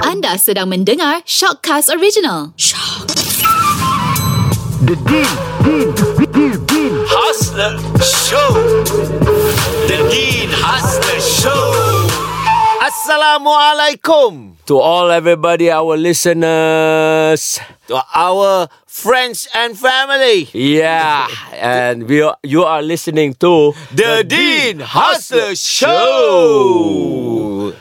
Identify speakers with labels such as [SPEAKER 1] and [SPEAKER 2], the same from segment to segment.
[SPEAKER 1] Anda sedang mendengar Shockcast Original.
[SPEAKER 2] The Deal Deal Deal Deal
[SPEAKER 3] Hustler Show The Dean Hustler Show Assalamualaikum To all everybody our listeners To our friends and family
[SPEAKER 4] Yeah, and we are, you are listening to
[SPEAKER 3] The, Dean Hustler Show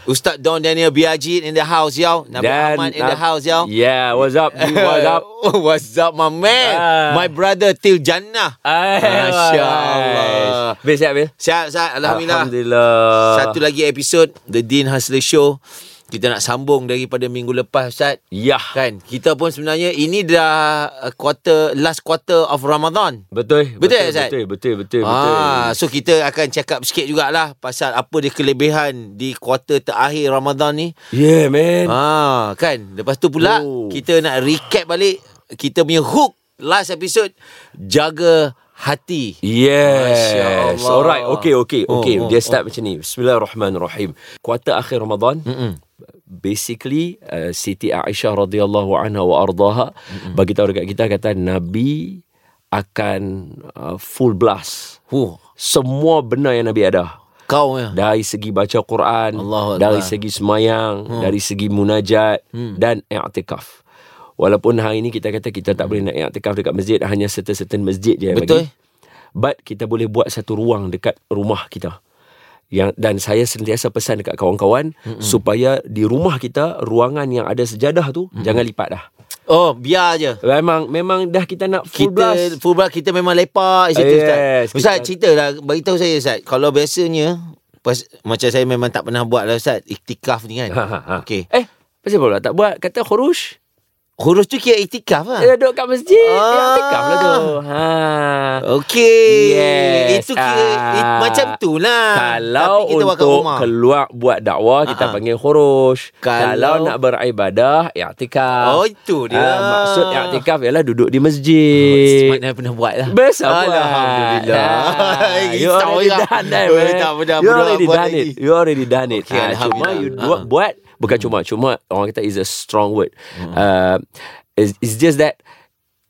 [SPEAKER 3] Ustaz Don Daniel Biaji in the house y'all Nabi Ahmad in the house y'all
[SPEAKER 4] Yeah, what's up? dude? what's up?
[SPEAKER 3] What's up my man
[SPEAKER 4] Ah.
[SPEAKER 3] My brother till Jannah Masya Allah.
[SPEAKER 4] Bil siap Bil?
[SPEAKER 3] Sihat Ustaz Alhamdulillah
[SPEAKER 4] Alhamdulillah.
[SPEAKER 3] Satu lagi episod The Dean Hustler Show Kita nak sambung daripada minggu lepas Ustaz
[SPEAKER 4] Yah,
[SPEAKER 3] Kan Kita pun sebenarnya Ini dah uh, quarter Last quarter of Ramadan
[SPEAKER 4] betul.
[SPEAKER 3] Betul, Zat?
[SPEAKER 4] Betul, betul, betul, betul.
[SPEAKER 3] Ah, so kita akan cakap sikit jugalah pasal apa dia kelebihan di kuarter terakhir Ramadan ni.
[SPEAKER 4] Yeah, man.
[SPEAKER 3] Ah, kan. Lepas tu pula
[SPEAKER 4] Oh.
[SPEAKER 3] kita nak recap balik kita punya hook last episode jaga hati. Masya
[SPEAKER 4] Yes.
[SPEAKER 3] Allah.
[SPEAKER 4] Alright, okay, okay,
[SPEAKER 3] Oh,
[SPEAKER 4] okay.
[SPEAKER 3] oh,
[SPEAKER 4] Dia start macam ni. Bismillahirrahmanirrahim. Kuarter akhir Ramadan. Basically, uh, Siti Aisyah radhiyallahu anha wa ardaha bagi tahu dekat kita kata Nabi akan uh, full blast.
[SPEAKER 3] Huh,
[SPEAKER 4] Semua benda yang Nabi ada.
[SPEAKER 3] kau ya.
[SPEAKER 4] Dari segi baca Quran,
[SPEAKER 3] Allahu Akbar.
[SPEAKER 4] dari segi semayang, hmm. dari segi munajat hmm. dan i'tikaf. Walaupun hari ini kita kata kita tak boleh nak i'tikaf dekat masjid, hanya certain-certain masjid je yang
[SPEAKER 3] Betul.
[SPEAKER 4] bagi. But kita boleh buat satu ruang dekat rumah kita. Yang dan saya sentiasa pesan dekat kawan-kawan hmm. supaya di rumah kita ruangan yang ada sejadah tu hmm. jangan lipat dah.
[SPEAKER 3] Oh, biar je.
[SPEAKER 4] Memang memang dah kita nak
[SPEAKER 3] Kita
[SPEAKER 4] full blast. Oh,
[SPEAKER 3] full blast kita memang lepak situ
[SPEAKER 4] Yes,
[SPEAKER 3] yes, Ustaz. Ustaz
[SPEAKER 4] kita-
[SPEAKER 3] cerita lah bagi tahu saya Ustaz. Kalau biasanya pas, macam saya memang tak pernah buat lah Ustaz iktikaf ni kan.
[SPEAKER 4] Ha, ha, ha.
[SPEAKER 3] Okey.
[SPEAKER 4] Eh, pasal pula tak buat kata khuruj.
[SPEAKER 3] Kurus tu kira iktikaf lah.
[SPEAKER 4] Dia duduk kat masjid ah. Dia
[SPEAKER 3] Ah.
[SPEAKER 4] aktif lah tu ha.
[SPEAKER 3] Okey.
[SPEAKER 4] Yes.
[SPEAKER 3] Itu kira it,
[SPEAKER 4] Ah.
[SPEAKER 3] macam tu lah.
[SPEAKER 4] Kalau
[SPEAKER 3] Tapi kita buat kat
[SPEAKER 4] untuk
[SPEAKER 3] rumah.
[SPEAKER 4] keluar buat dakwah Kita
[SPEAKER 3] Ha-ha.
[SPEAKER 4] panggil khuruj
[SPEAKER 3] Kalau-
[SPEAKER 4] kalau, nak beribadah Iktikaf
[SPEAKER 3] Oh, itu dia.
[SPEAKER 4] Ah, Maksud iktikaf ialah duduk di
[SPEAKER 3] Eh,
[SPEAKER 4] masjid
[SPEAKER 3] Mat dah pernah buat lah
[SPEAKER 4] Best apa
[SPEAKER 3] Alhamdulillah
[SPEAKER 4] Ah, You already done that
[SPEAKER 3] Oh,
[SPEAKER 4] man
[SPEAKER 3] Tak pernah
[SPEAKER 4] You
[SPEAKER 3] buat-
[SPEAKER 4] already
[SPEAKER 3] buat
[SPEAKER 4] done
[SPEAKER 3] lagi.
[SPEAKER 4] it You already done it
[SPEAKER 3] Okay,
[SPEAKER 4] Ah, Cuma
[SPEAKER 3] Alhamdulillah.
[SPEAKER 4] you buat,
[SPEAKER 3] Ah.
[SPEAKER 4] buat Bukan cuma Cuma orang kata is a strong word uh, it's, it's just that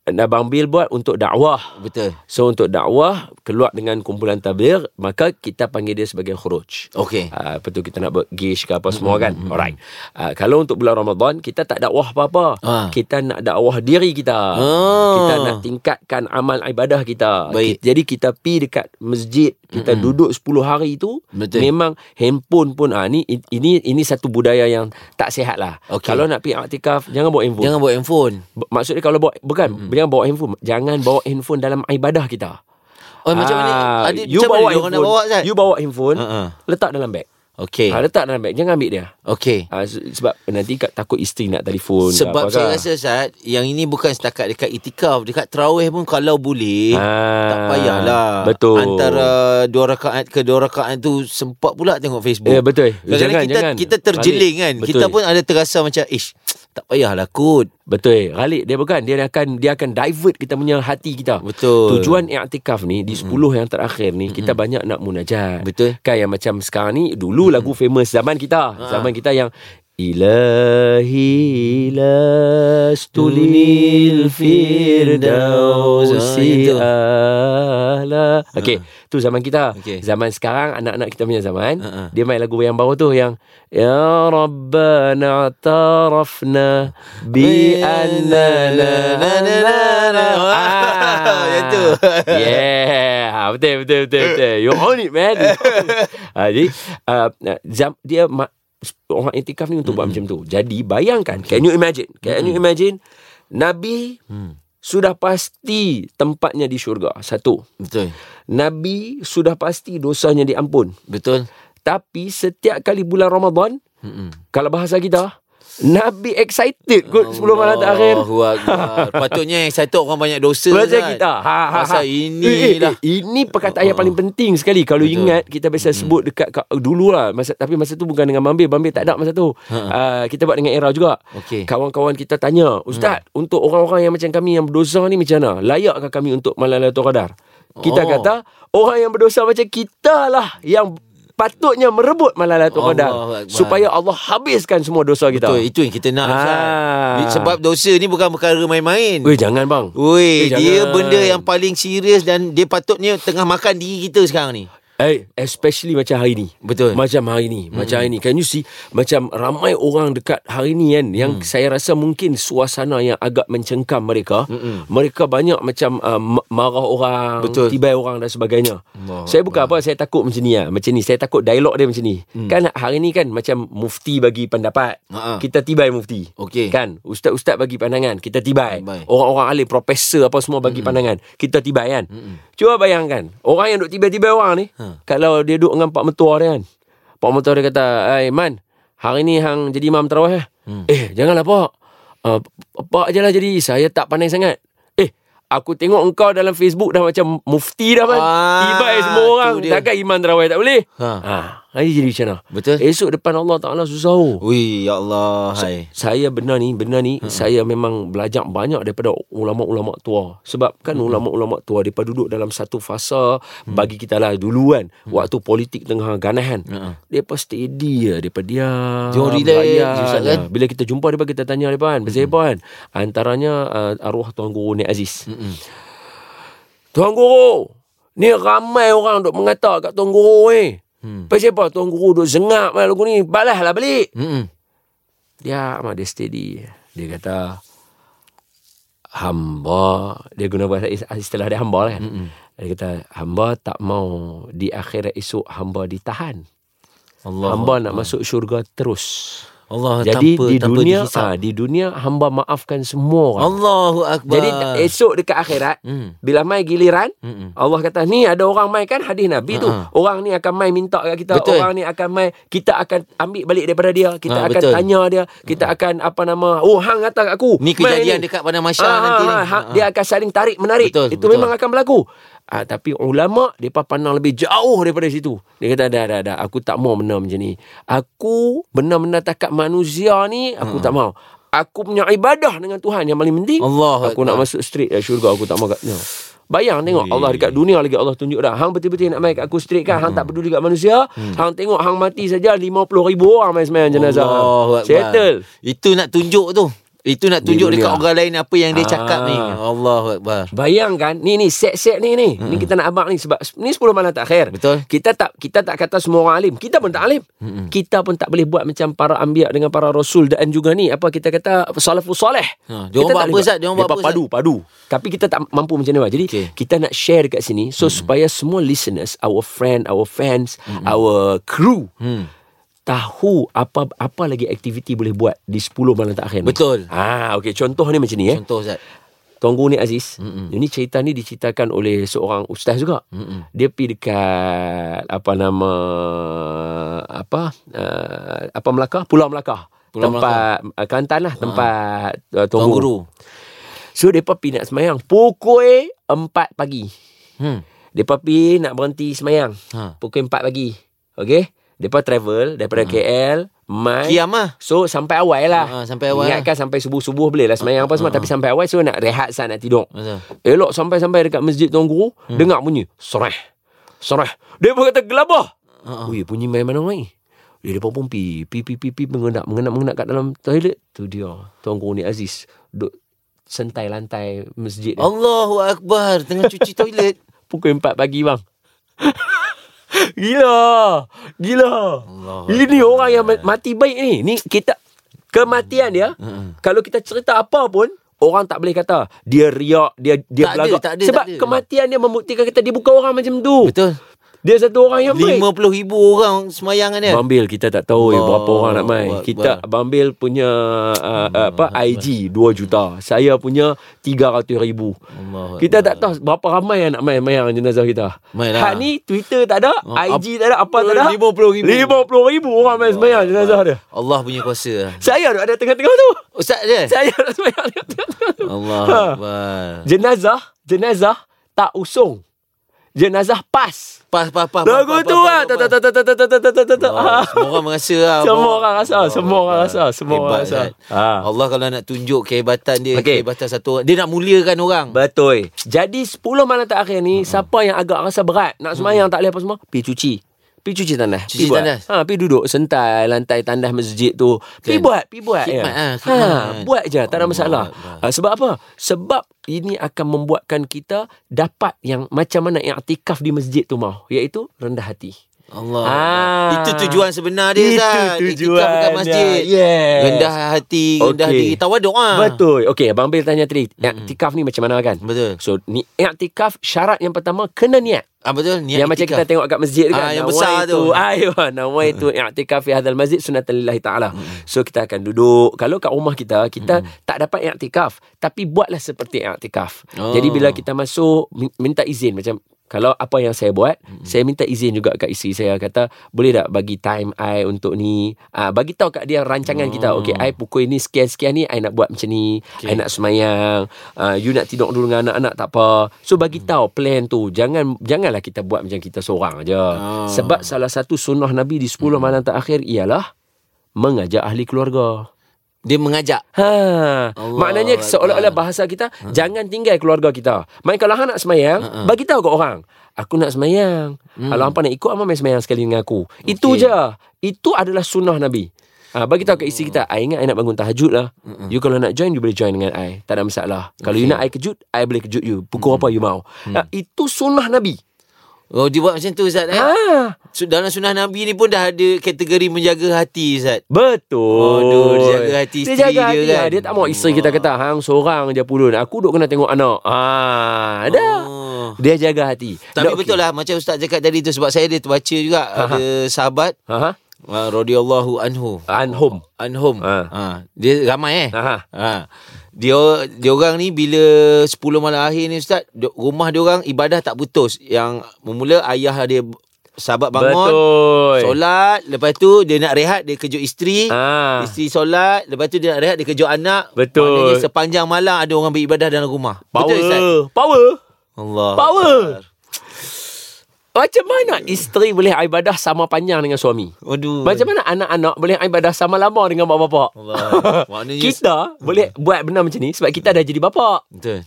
[SPEAKER 4] Abang Bil buat untuk dakwah
[SPEAKER 3] Betul
[SPEAKER 4] So untuk dakwah keluar dengan kumpulan tabligh maka kita panggil dia sebagai khuruj.
[SPEAKER 3] Okey.
[SPEAKER 4] Uh, apa tu kita nak buat gish ke
[SPEAKER 3] Mm-hmm,
[SPEAKER 4] apa semua kan. Alright. Uh, kalau untuk bulan Ramadan kita tak dakwah apa-apa.
[SPEAKER 3] Ha.
[SPEAKER 4] Kita nak dakwah diri kita.
[SPEAKER 3] Ah.
[SPEAKER 4] Kita nak tingkatkan amal ibadah kita.
[SPEAKER 3] Baik.
[SPEAKER 4] Ki- Jadi kita pi dekat masjid, kita mm duduk 10 hari itu
[SPEAKER 3] Betul.
[SPEAKER 4] memang handphone pun ah ni ini ini satu budaya yang tak sihat lah.
[SPEAKER 3] Okey.
[SPEAKER 4] Kalau nak pi iktikaf jangan bawa handphone.
[SPEAKER 3] Jangan buat handphone
[SPEAKER 4] B- Maksudnya kalau bawa bukan mm-hmm. jangan bawa handphone, jangan bawa handphone dalam ibadah kita.
[SPEAKER 3] Oh macam mana
[SPEAKER 4] Ah,
[SPEAKER 3] Adik,
[SPEAKER 4] you
[SPEAKER 3] Macam
[SPEAKER 4] bawa
[SPEAKER 3] mana orang nak
[SPEAKER 4] handphone,
[SPEAKER 3] bawa Zat Ha,
[SPEAKER 4] you bawa handphone,
[SPEAKER 3] Ha-ha.
[SPEAKER 4] letak dalam beg.
[SPEAKER 3] Okay
[SPEAKER 4] Ha, letak dalam beg, jangan ambil dia.
[SPEAKER 3] Okay
[SPEAKER 4] Ha, se- sebab nanti kat- takut isteri nak telefon. ke
[SPEAKER 3] Sebab
[SPEAKER 4] apa kan.
[SPEAKER 3] saya
[SPEAKER 4] ke.
[SPEAKER 3] rasa Zat Yang ini bukan setakat dekat itikaf Dekat terawih pun kalau boleh
[SPEAKER 4] Ah,
[SPEAKER 3] eh, Tak payahlah
[SPEAKER 4] Betul.
[SPEAKER 3] Antara dua rakaat ke dua rakaat tu Sempat pula tengok Facebook
[SPEAKER 4] Ya, betul.
[SPEAKER 3] Kadang-kadang
[SPEAKER 4] Jangan,
[SPEAKER 3] kita,
[SPEAKER 4] jangan.
[SPEAKER 3] kita terjeling
[SPEAKER 4] Balik.
[SPEAKER 3] kan
[SPEAKER 4] Betul.
[SPEAKER 3] Kita pun ada terasa macam Ish tak payahlah kot
[SPEAKER 4] Betul. Ralik dia bukan dia akan dia akan divert kita punya hati kita.
[SPEAKER 3] Betul.
[SPEAKER 4] Tujuan i'tikaf ni di 10 yang terakhir ni kita banyak nak munajat.
[SPEAKER 3] Betul. Ha.
[SPEAKER 4] Kan yang macam sekarang ni dulu lagu famous zaman kita. Zaman kita yang Ilahi
[SPEAKER 3] Ah,
[SPEAKER 4] lastulil
[SPEAKER 3] yang
[SPEAKER 4] firdausi
[SPEAKER 3] tu.
[SPEAKER 4] ala. Okey, tu zaman kita.
[SPEAKER 3] Okey.
[SPEAKER 4] Zaman sekarang anak-anak kita punya zaman,
[SPEAKER 3] Ha, ha.
[SPEAKER 4] dia main lagu yang baru tu yang ya rabbana tarafna bi anna la la la la. Ah.
[SPEAKER 3] Yang tu.
[SPEAKER 4] Yeah, Ah, betul betul betul betul. You on it man. Ah, jadi ah, jam, dia ma- orang itikaf ni untuk buat macam tu. Jadi bayangkan, can you imagine? Can you imagine Nabi
[SPEAKER 3] Hmm.
[SPEAKER 4] sudah pasti tempatnya di syurga. Satu.
[SPEAKER 3] Betul
[SPEAKER 4] Nabi sudah pasti dosanya diampun.
[SPEAKER 3] Betul
[SPEAKER 4] Tapi setiap kali bulan Ramadan,
[SPEAKER 3] Mm-mm.
[SPEAKER 4] kalau bahasa kita, Nabi excited kot 10 malam terakhir.
[SPEAKER 3] Allahu Akbar. Patutnya yang satu orang banyak dosa
[SPEAKER 4] Macam
[SPEAKER 3] Zat.
[SPEAKER 4] kita. Ha, ha,
[SPEAKER 3] Pasal
[SPEAKER 4] ha.
[SPEAKER 3] inilah.
[SPEAKER 4] Eh, eh, eh, Ini perkataan yang paling penting sekali.
[SPEAKER 3] ha.
[SPEAKER 4] Kalau
[SPEAKER 3] Betul. Hmm.
[SPEAKER 4] Betul. ingat, kita biasa sebut dekat kat- dulu lah. Masa, tapi masa tu bukan dengan Bambil. Bambil tak ada masa tu. Uh, kita buat dengan Era juga.
[SPEAKER 3] Ha. Okey. Hmm.
[SPEAKER 4] Kawan-kawan kita tanya, Ustaz, untuk orang-orang yang macam kami yang berdosa ni macam mana? Layakkah kami untuk malam Lailatul Qadar? Kita
[SPEAKER 3] Oh.
[SPEAKER 4] kata, orang yang berdosa macam kita lah yang patutnya merebut malam Lailatul Qadar
[SPEAKER 3] Allahu Akbar.
[SPEAKER 4] supaya Allah habiskan semua dosa kita.
[SPEAKER 3] Betul, itu yang kita nak
[SPEAKER 4] Ah.
[SPEAKER 3] Ustaz. Sebab dosa ni bukan perkara main-main.
[SPEAKER 4] Weh jangan bang.
[SPEAKER 3] Oi,
[SPEAKER 4] Eh,
[SPEAKER 3] dia
[SPEAKER 4] jangan.
[SPEAKER 3] benda yang paling serius dan dia patutnya tengah makan diri kita sekarang ni.
[SPEAKER 4] Eh, especially macam hari ni.
[SPEAKER 3] Betul. Hmm.
[SPEAKER 4] Macam hari ni, macam hari ni. Can you see macam ramai orang dekat hari ni kan yang
[SPEAKER 3] Hmm.
[SPEAKER 4] saya rasa mungkin suasana yang agak mencengkam mereka. Mm-mm. Mereka banyak macam uh, ma- marah orang,
[SPEAKER 3] Betul.
[SPEAKER 4] tibai orang dan sebagainya.
[SPEAKER 3] Allah Hmm.
[SPEAKER 4] saya bukan apa, saya takut macam ni lah. Macam ni, saya takut dialog dia macam ni. Kan hari ni kan macam mufti bagi pendapat.
[SPEAKER 3] Ha-ha.
[SPEAKER 4] Kita tibai mufti.
[SPEAKER 3] Okey.
[SPEAKER 4] Kan, ustaz-ustaz bagi pandangan, kita tibai.
[SPEAKER 3] Tibai.
[SPEAKER 4] Orang-orang alim, profesor apa semua bagi Mm-mm. pandangan. Kita tibai kan. Mm-mm. Cuba bayangkan, orang yang duk tibai-tibai orang ni, ha. kalau dia duduk dengan Pak Mentua dia kan. Pak Mentua dia kata, "Ai Man, hari ni hang jadi imam tarawih eh." Hmm. Eh, janganlah Pak. Uh, pak je lah jadi, saya tak pandai sangat. Eh, aku tengok engkau dalam Facebook dah macam mufti dah man.
[SPEAKER 3] Ah,
[SPEAKER 4] tibai semua
[SPEAKER 3] tu
[SPEAKER 4] orang.
[SPEAKER 3] dia.
[SPEAKER 4] Takkan imam tarawih tak boleh.
[SPEAKER 3] Ha.
[SPEAKER 4] Ha. Hari jadi macam mana?
[SPEAKER 3] Betul.
[SPEAKER 4] Esok depan Allah Ta'ala susah oh.
[SPEAKER 3] Ui, ya Allah. Hai.
[SPEAKER 4] Saya benar ni, benar ni hmm. saya memang belajar banyak daripada ulama-ulama tua. Sebab kan hmm. ulama-ulama tua depa duduk dalam satu fasa hmm. bagi kita lah dulu kan hmm. waktu politik tengah ganahan. Hmm. Depa steady lah, depa diam.
[SPEAKER 3] Dia orang relax,
[SPEAKER 4] layan
[SPEAKER 3] Ustaz, kan?
[SPEAKER 4] lah. Bila kita jumpa depa kita tanya depa kan, pasal apa kan? Antaranya uh, arwah Tuan Guru Nek Aziz. Hmm. Tuan Guru, ni ramai orang duk mengata kat Tuan Guru eh. Hmm. Pasal apa Tuan Guru duk zengak malam lagu ni? Balaslah balik.
[SPEAKER 3] Hmm.
[SPEAKER 4] Dia amat dia steady. Dia kata hamba dia guna bahasa is- istilah dia hamba lah kan. Mm-mm. Dia kata hamba tak mau di akhirat esok hamba ditahan.
[SPEAKER 3] Allah.
[SPEAKER 4] Allah hamba nak masuk syurga terus.
[SPEAKER 3] Allah
[SPEAKER 4] Jadi
[SPEAKER 3] Oh, tanpa
[SPEAKER 4] di
[SPEAKER 3] tanpa
[SPEAKER 4] dunia
[SPEAKER 3] dihisap.
[SPEAKER 4] ha, di dunia hamba maafkan semua orang.
[SPEAKER 3] Allahu akbar.
[SPEAKER 4] Jadi eh, esok dekat akhirat
[SPEAKER 3] Hmm.
[SPEAKER 4] bila mai giliran
[SPEAKER 3] Mm-mm.
[SPEAKER 4] Allah kata ni ada orang mai kan hadis Nabi tu.
[SPEAKER 3] Ha-ha.
[SPEAKER 4] Orang ni akan mai minta kat kita,
[SPEAKER 3] Betul.
[SPEAKER 4] orang ni akan mai kita akan ambil balik daripada dia, kita
[SPEAKER 3] Ha,
[SPEAKER 4] akan
[SPEAKER 3] betul.
[SPEAKER 4] tanya dia, kita akan apa nama, oh hang kata kat aku.
[SPEAKER 3] Ni
[SPEAKER 4] mai
[SPEAKER 3] kejadian dekat Padang Mahsyar nanti ni.
[SPEAKER 4] ha, ha.
[SPEAKER 3] Ha, ha.
[SPEAKER 4] Dia akan saling tarik menarik.
[SPEAKER 3] Betul,
[SPEAKER 4] Itu
[SPEAKER 3] betul.
[SPEAKER 4] memang akan berlaku. Ha, tapi ulama depa pandang lebih jauh daripada situ. Dia kata dah dah dah aku tak mau benda macam ni. Aku benda-benda takat manusia ni
[SPEAKER 3] Hmm.
[SPEAKER 4] aku tak mau. Aku punya ibadah dengan Tuhan yang paling penting.
[SPEAKER 3] Allah
[SPEAKER 4] Aku nak
[SPEAKER 3] Akbar.
[SPEAKER 4] masuk straight lah syurga Aku tak mau kat no. Bayang tengok
[SPEAKER 3] Weh.
[SPEAKER 4] Allah dekat dunia lagi Allah tunjuk dah Hang betul-betul nak main kat aku straight kan Hang tak
[SPEAKER 3] Hmm.
[SPEAKER 4] peduli kat manusia Hang tengok hang mati saja 50 ribu orang main semayang jenazah
[SPEAKER 3] Allahu akbar.
[SPEAKER 4] Settle
[SPEAKER 3] Itu nak tunjuk tu. Itu nak
[SPEAKER 4] Di
[SPEAKER 3] tunjuk dekat
[SPEAKER 4] dunia.
[SPEAKER 3] orang lain apa yang dia
[SPEAKER 4] Ah.
[SPEAKER 3] cakap ni. Allahu akbar.
[SPEAKER 4] Bayangkan ni ni set-set ni ni. Ni kita nak abang ni sebab ni 10 malam takhir.
[SPEAKER 3] Betul.
[SPEAKER 4] Kita tak kita tak kata semua orang alim. Kita pun tak alim. Mm-mm. Kita pun tak boleh buat macam para anbiya dengan para rasul dan juga ni apa kita kata salafus soleh.
[SPEAKER 3] Ha, dia
[SPEAKER 4] Kita
[SPEAKER 3] orang buat
[SPEAKER 4] tak
[SPEAKER 3] apa,
[SPEAKER 4] boleh
[SPEAKER 3] Zat? Dia orang buat
[SPEAKER 4] Mereka
[SPEAKER 3] apa, Zat?
[SPEAKER 4] padu padu. Tapi kita tak mampu macam ni. Wak. Jadi
[SPEAKER 3] Okey.
[SPEAKER 4] kita nak share dekat sini so supaya semua listeners, our friend, our fans, our crew
[SPEAKER 3] Hmm.
[SPEAKER 4] tahu apa apa lagi aktiviti boleh buat di 10 malam takhir ni.
[SPEAKER 3] Betul.
[SPEAKER 4] Ah okey contoh ni macam ni eh.
[SPEAKER 3] Contoh Ustaz.
[SPEAKER 4] Tuan Guru ni Aziz Mm-mm. Ini cerita ni diceritakan oleh seorang ustaz juga Mm-mm. Dia pergi dekat Apa nama Apa uh, Apa Melaka Pulau Melaka
[SPEAKER 3] Pulau
[SPEAKER 4] tempat Melaka. Kelantan lah Tempat uh, Tuan,
[SPEAKER 3] Tuan
[SPEAKER 4] Tuan Guru.
[SPEAKER 3] Guru.
[SPEAKER 4] So mereka pergi nak semayang Pukul 4 pagi
[SPEAKER 3] Hmm.
[SPEAKER 4] Mereka pergi nak berhenti semayang
[SPEAKER 3] Ha.
[SPEAKER 4] Pukul 4 pagi Okay Mereka travel Daripada KL Mai
[SPEAKER 3] Kiam ah.
[SPEAKER 4] So sampai awal lah
[SPEAKER 3] Ha, sampai awal
[SPEAKER 4] Eh? Ingatkan sampai subuh-subuh boleh lah Semayang apa semua Tapi sampai awal So nak rehat sah nak tidur
[SPEAKER 3] Betul.
[SPEAKER 4] Elok sampai-sampai dekat masjid Tuan Guru hmm. Dengar bunyi Serah Serah Dia pun kata gelabah
[SPEAKER 3] Ha,
[SPEAKER 4] uh-huh. Ui bunyi main mana main Dia depan pun pi Pi pi pi pi Mengenap mengenap mengenap kat dalam toilet Tu dia Tuan Guru ni Aziz Duk sentai lantai masjid oh.
[SPEAKER 3] Allahu akbar tengah cuci toilet.
[SPEAKER 4] Pukul 4 pagi bang Gila Gila
[SPEAKER 3] Allah
[SPEAKER 4] Ini orang yang ma- mati baik ni Ni kita Kematian dia Kalau kita cerita apa pun Orang tak boleh kata Dia riak Dia dia
[SPEAKER 3] Tak ada,
[SPEAKER 4] belagak
[SPEAKER 3] tak ada,
[SPEAKER 4] Sebab
[SPEAKER 3] tak ada.
[SPEAKER 4] kematian dia membuktikan kita Dia bukan orang macam tu
[SPEAKER 3] Betul.
[SPEAKER 4] Dia satu orang yang baik
[SPEAKER 3] 50,000 orang semayang kan dia.
[SPEAKER 4] Bambil kita tak tahu
[SPEAKER 3] Allah
[SPEAKER 4] Allah, berapa orang nak main.
[SPEAKER 3] Akbar.
[SPEAKER 4] Kita Bambil punya uh, apa IG 2 juta. Saya punya 300
[SPEAKER 3] Oh,
[SPEAKER 4] ribu.
[SPEAKER 3] Allah
[SPEAKER 4] Kita tak tahu berapa ramai yang nak main mayang jenazah kita.
[SPEAKER 3] Mainlah.
[SPEAKER 4] Hak ni Twitter tak ada,
[SPEAKER 3] Oh,
[SPEAKER 4] IG tak ada, apa tak ada.
[SPEAKER 3] 50,000.
[SPEAKER 4] 50 ribu orang main semayang jenazah dia.
[SPEAKER 3] Ya Allah punya kuasa. lah.
[SPEAKER 4] Saya duk ada tengah-tengah tu.
[SPEAKER 3] Ustaz dia.
[SPEAKER 4] Saya duk semayang tengah-tengah tu.
[SPEAKER 3] Allah
[SPEAKER 4] Ha.
[SPEAKER 3] akbar.
[SPEAKER 4] Jenazah, jenazah tak usung. Jenazah pas.
[SPEAKER 3] Pas pas pas. pas, pas,
[SPEAKER 4] Lagu tu
[SPEAKER 3] pas, pas,
[SPEAKER 4] lah. Tak
[SPEAKER 3] pas.
[SPEAKER 4] tak tak tak tak tak tak tak tak tak.
[SPEAKER 3] Allah, Semua orang merasa lah
[SPEAKER 4] Semua orang rasa, semua orang
[SPEAKER 3] Akbar.
[SPEAKER 4] rasa, semua orang
[SPEAKER 3] Hebat,
[SPEAKER 4] rasa.
[SPEAKER 3] Zat.
[SPEAKER 4] Ha.
[SPEAKER 3] Allah kalau nak tunjuk kehebatan dia
[SPEAKER 4] Okey.
[SPEAKER 3] Kehebatan satu orang Dia nak muliakan orang
[SPEAKER 4] Betul. Jadi 10 malam terakhir ni hmm. siapa yang agak rasa berat nak semayang hmm. tak boleh apa semua, pi cuci. Pi Pergi cuci tandas.
[SPEAKER 3] Cuci
[SPEAKER 4] pergi buat.
[SPEAKER 3] tandas.
[SPEAKER 4] Ha, pergi duduk sentai lantai tandas masjid tu. Pergi
[SPEAKER 3] Kan.
[SPEAKER 4] buat, pergi buat.
[SPEAKER 3] Khidmat lah,
[SPEAKER 4] ha,
[SPEAKER 3] khidmat.
[SPEAKER 4] buat je, tak ada
[SPEAKER 3] Allah
[SPEAKER 4] masalah.
[SPEAKER 3] Akbar.
[SPEAKER 4] Ha, sebab apa? Sebab ini akan membuatkan kita dapat yang macam mana i'tikaf di masjid tu mau, iaitu rendah hati.
[SPEAKER 3] Allah.
[SPEAKER 4] Ah.
[SPEAKER 3] Itu tujuan sebenar dia
[SPEAKER 4] Itu
[SPEAKER 3] Ustaz. Iktikaf
[SPEAKER 4] tujuan
[SPEAKER 3] dekat
[SPEAKER 4] dia.
[SPEAKER 3] masjid.
[SPEAKER 4] Yes.
[SPEAKER 3] Rendah hati, rendah
[SPEAKER 4] Okey.
[SPEAKER 3] diri, tawaduk ah.
[SPEAKER 4] Betul. Okey, Abang Bil tanya tadi, i'tikaf ni macam mana kan?
[SPEAKER 3] Betul.
[SPEAKER 4] So, ni i'tikaf syarat yang pertama kena niat.
[SPEAKER 3] Ah betul. Niat
[SPEAKER 4] yang macam
[SPEAKER 3] iktikaf.
[SPEAKER 4] kita tengok kat masjid tu ya, kan
[SPEAKER 3] Ah, yang
[SPEAKER 4] nawaitu-
[SPEAKER 3] besar tu.
[SPEAKER 4] aywa nawaitu i'tikaf fi hadzal masjid sunnatul lillahi taala
[SPEAKER 3] Hmm.
[SPEAKER 4] so kita akan duduk kalau kat rumah kita kita tak dapat i'tikaf tapi buatlah seperti i'tikaf
[SPEAKER 3] Oh.
[SPEAKER 4] jadi bila kita masuk min- minta izin macam kalau apa yang saya buat saya minta izin juga kat isteri saya kata boleh tak bagi time I untuk ni ah bagi tahu kat dia rancangan kita okey I pukul ni sekian-sekian ni I nak buat macam ni okay. I nak semayang ah you nak tidur dulu dengan anak-anak tak apa so bagi tahu plan tu jangan janganlah kita buat macam kita seorang je sebab salah satu sunnah nabi di 10 malam terakhir ialah mengajak ahli keluarga
[SPEAKER 3] Dia mengajak.
[SPEAKER 4] Ha,
[SPEAKER 3] Allah
[SPEAKER 4] maknanya
[SPEAKER 3] Akbar. Ha.
[SPEAKER 4] seolah-olah bahasa kita jangan tinggal keluarga kita. Main kalau hang nak semayang, bagi tahu kat orang. Aku nak semayang. Kalau hangpa nak ikut, hang main semayang sekali dengan aku.
[SPEAKER 3] Hmm.
[SPEAKER 4] Itu
[SPEAKER 3] Okey.
[SPEAKER 4] je. Itu adalah sunnah Nabi. Ha, bagi tahu kat isteri kita, I ingat I nak bangun tahajud lah.
[SPEAKER 3] Ha,
[SPEAKER 4] You kalau nak join, you boleh join dengan I. Tak ada masalah. Kalau you nak I kejut, I boleh kejut you.
[SPEAKER 3] Hmm.
[SPEAKER 4] Pukul apa you mau. Ha, itu sunnah Nabi.
[SPEAKER 3] Oh dia buat macam tu Ustaz. eh?
[SPEAKER 4] Ha.
[SPEAKER 3] So, dalam sunnah Nabi ni pun dah ada kategori menjaga hati Ustaz.
[SPEAKER 4] Betul.
[SPEAKER 3] Aduh, dia jaga hati isteri
[SPEAKER 4] dia jaga
[SPEAKER 3] dia
[SPEAKER 4] hati
[SPEAKER 3] kan.
[SPEAKER 4] lah. Dia tak mau isteri kita kata hang seorang je pulun. Aku duk kena tengok anak. Ah, dah.
[SPEAKER 3] Oh.
[SPEAKER 4] Dia jaga hati.
[SPEAKER 3] Tapi
[SPEAKER 4] Dah,
[SPEAKER 3] betul lah macam Ustaz cakap tadi tu sebab saya dia terbaca juga ada sahabat
[SPEAKER 4] Aha.
[SPEAKER 3] uh, radhiyallahu anhu
[SPEAKER 4] An Ha, home.
[SPEAKER 3] anhum.
[SPEAKER 4] Ha.
[SPEAKER 3] Ha. Dia ramai eh.
[SPEAKER 4] Aha.
[SPEAKER 3] Ha. Dia dia orang ni bila 10 malam akhir ni ustaz, dia, rumah dia orang ibadah tak putus. Yang memula ayah dia sahabat bangun
[SPEAKER 4] Betul.
[SPEAKER 3] Solat Lepas tu dia nak rehat Dia kejut isteri
[SPEAKER 4] Ah.
[SPEAKER 3] Isteri solat Lepas tu dia nak rehat Dia kejut anak
[SPEAKER 4] Betul.
[SPEAKER 3] Maknanya sepanjang malam Ada orang beribadah dalam rumah
[SPEAKER 4] Power.
[SPEAKER 3] Betul Ustaz
[SPEAKER 4] Power.
[SPEAKER 3] Allah
[SPEAKER 4] Power. Macam mana isteri boleh ibadah sama panjang dengan suami?
[SPEAKER 3] Aduh
[SPEAKER 4] Macam mana anak-anak boleh ibadah sama lama dengan bapak-bapak?
[SPEAKER 3] Oh, Allah. Maknanya-
[SPEAKER 4] kita boleh
[SPEAKER 3] Hmm.
[SPEAKER 4] buat benda macam ni sebab kita dah jadi bapak.
[SPEAKER 3] Betul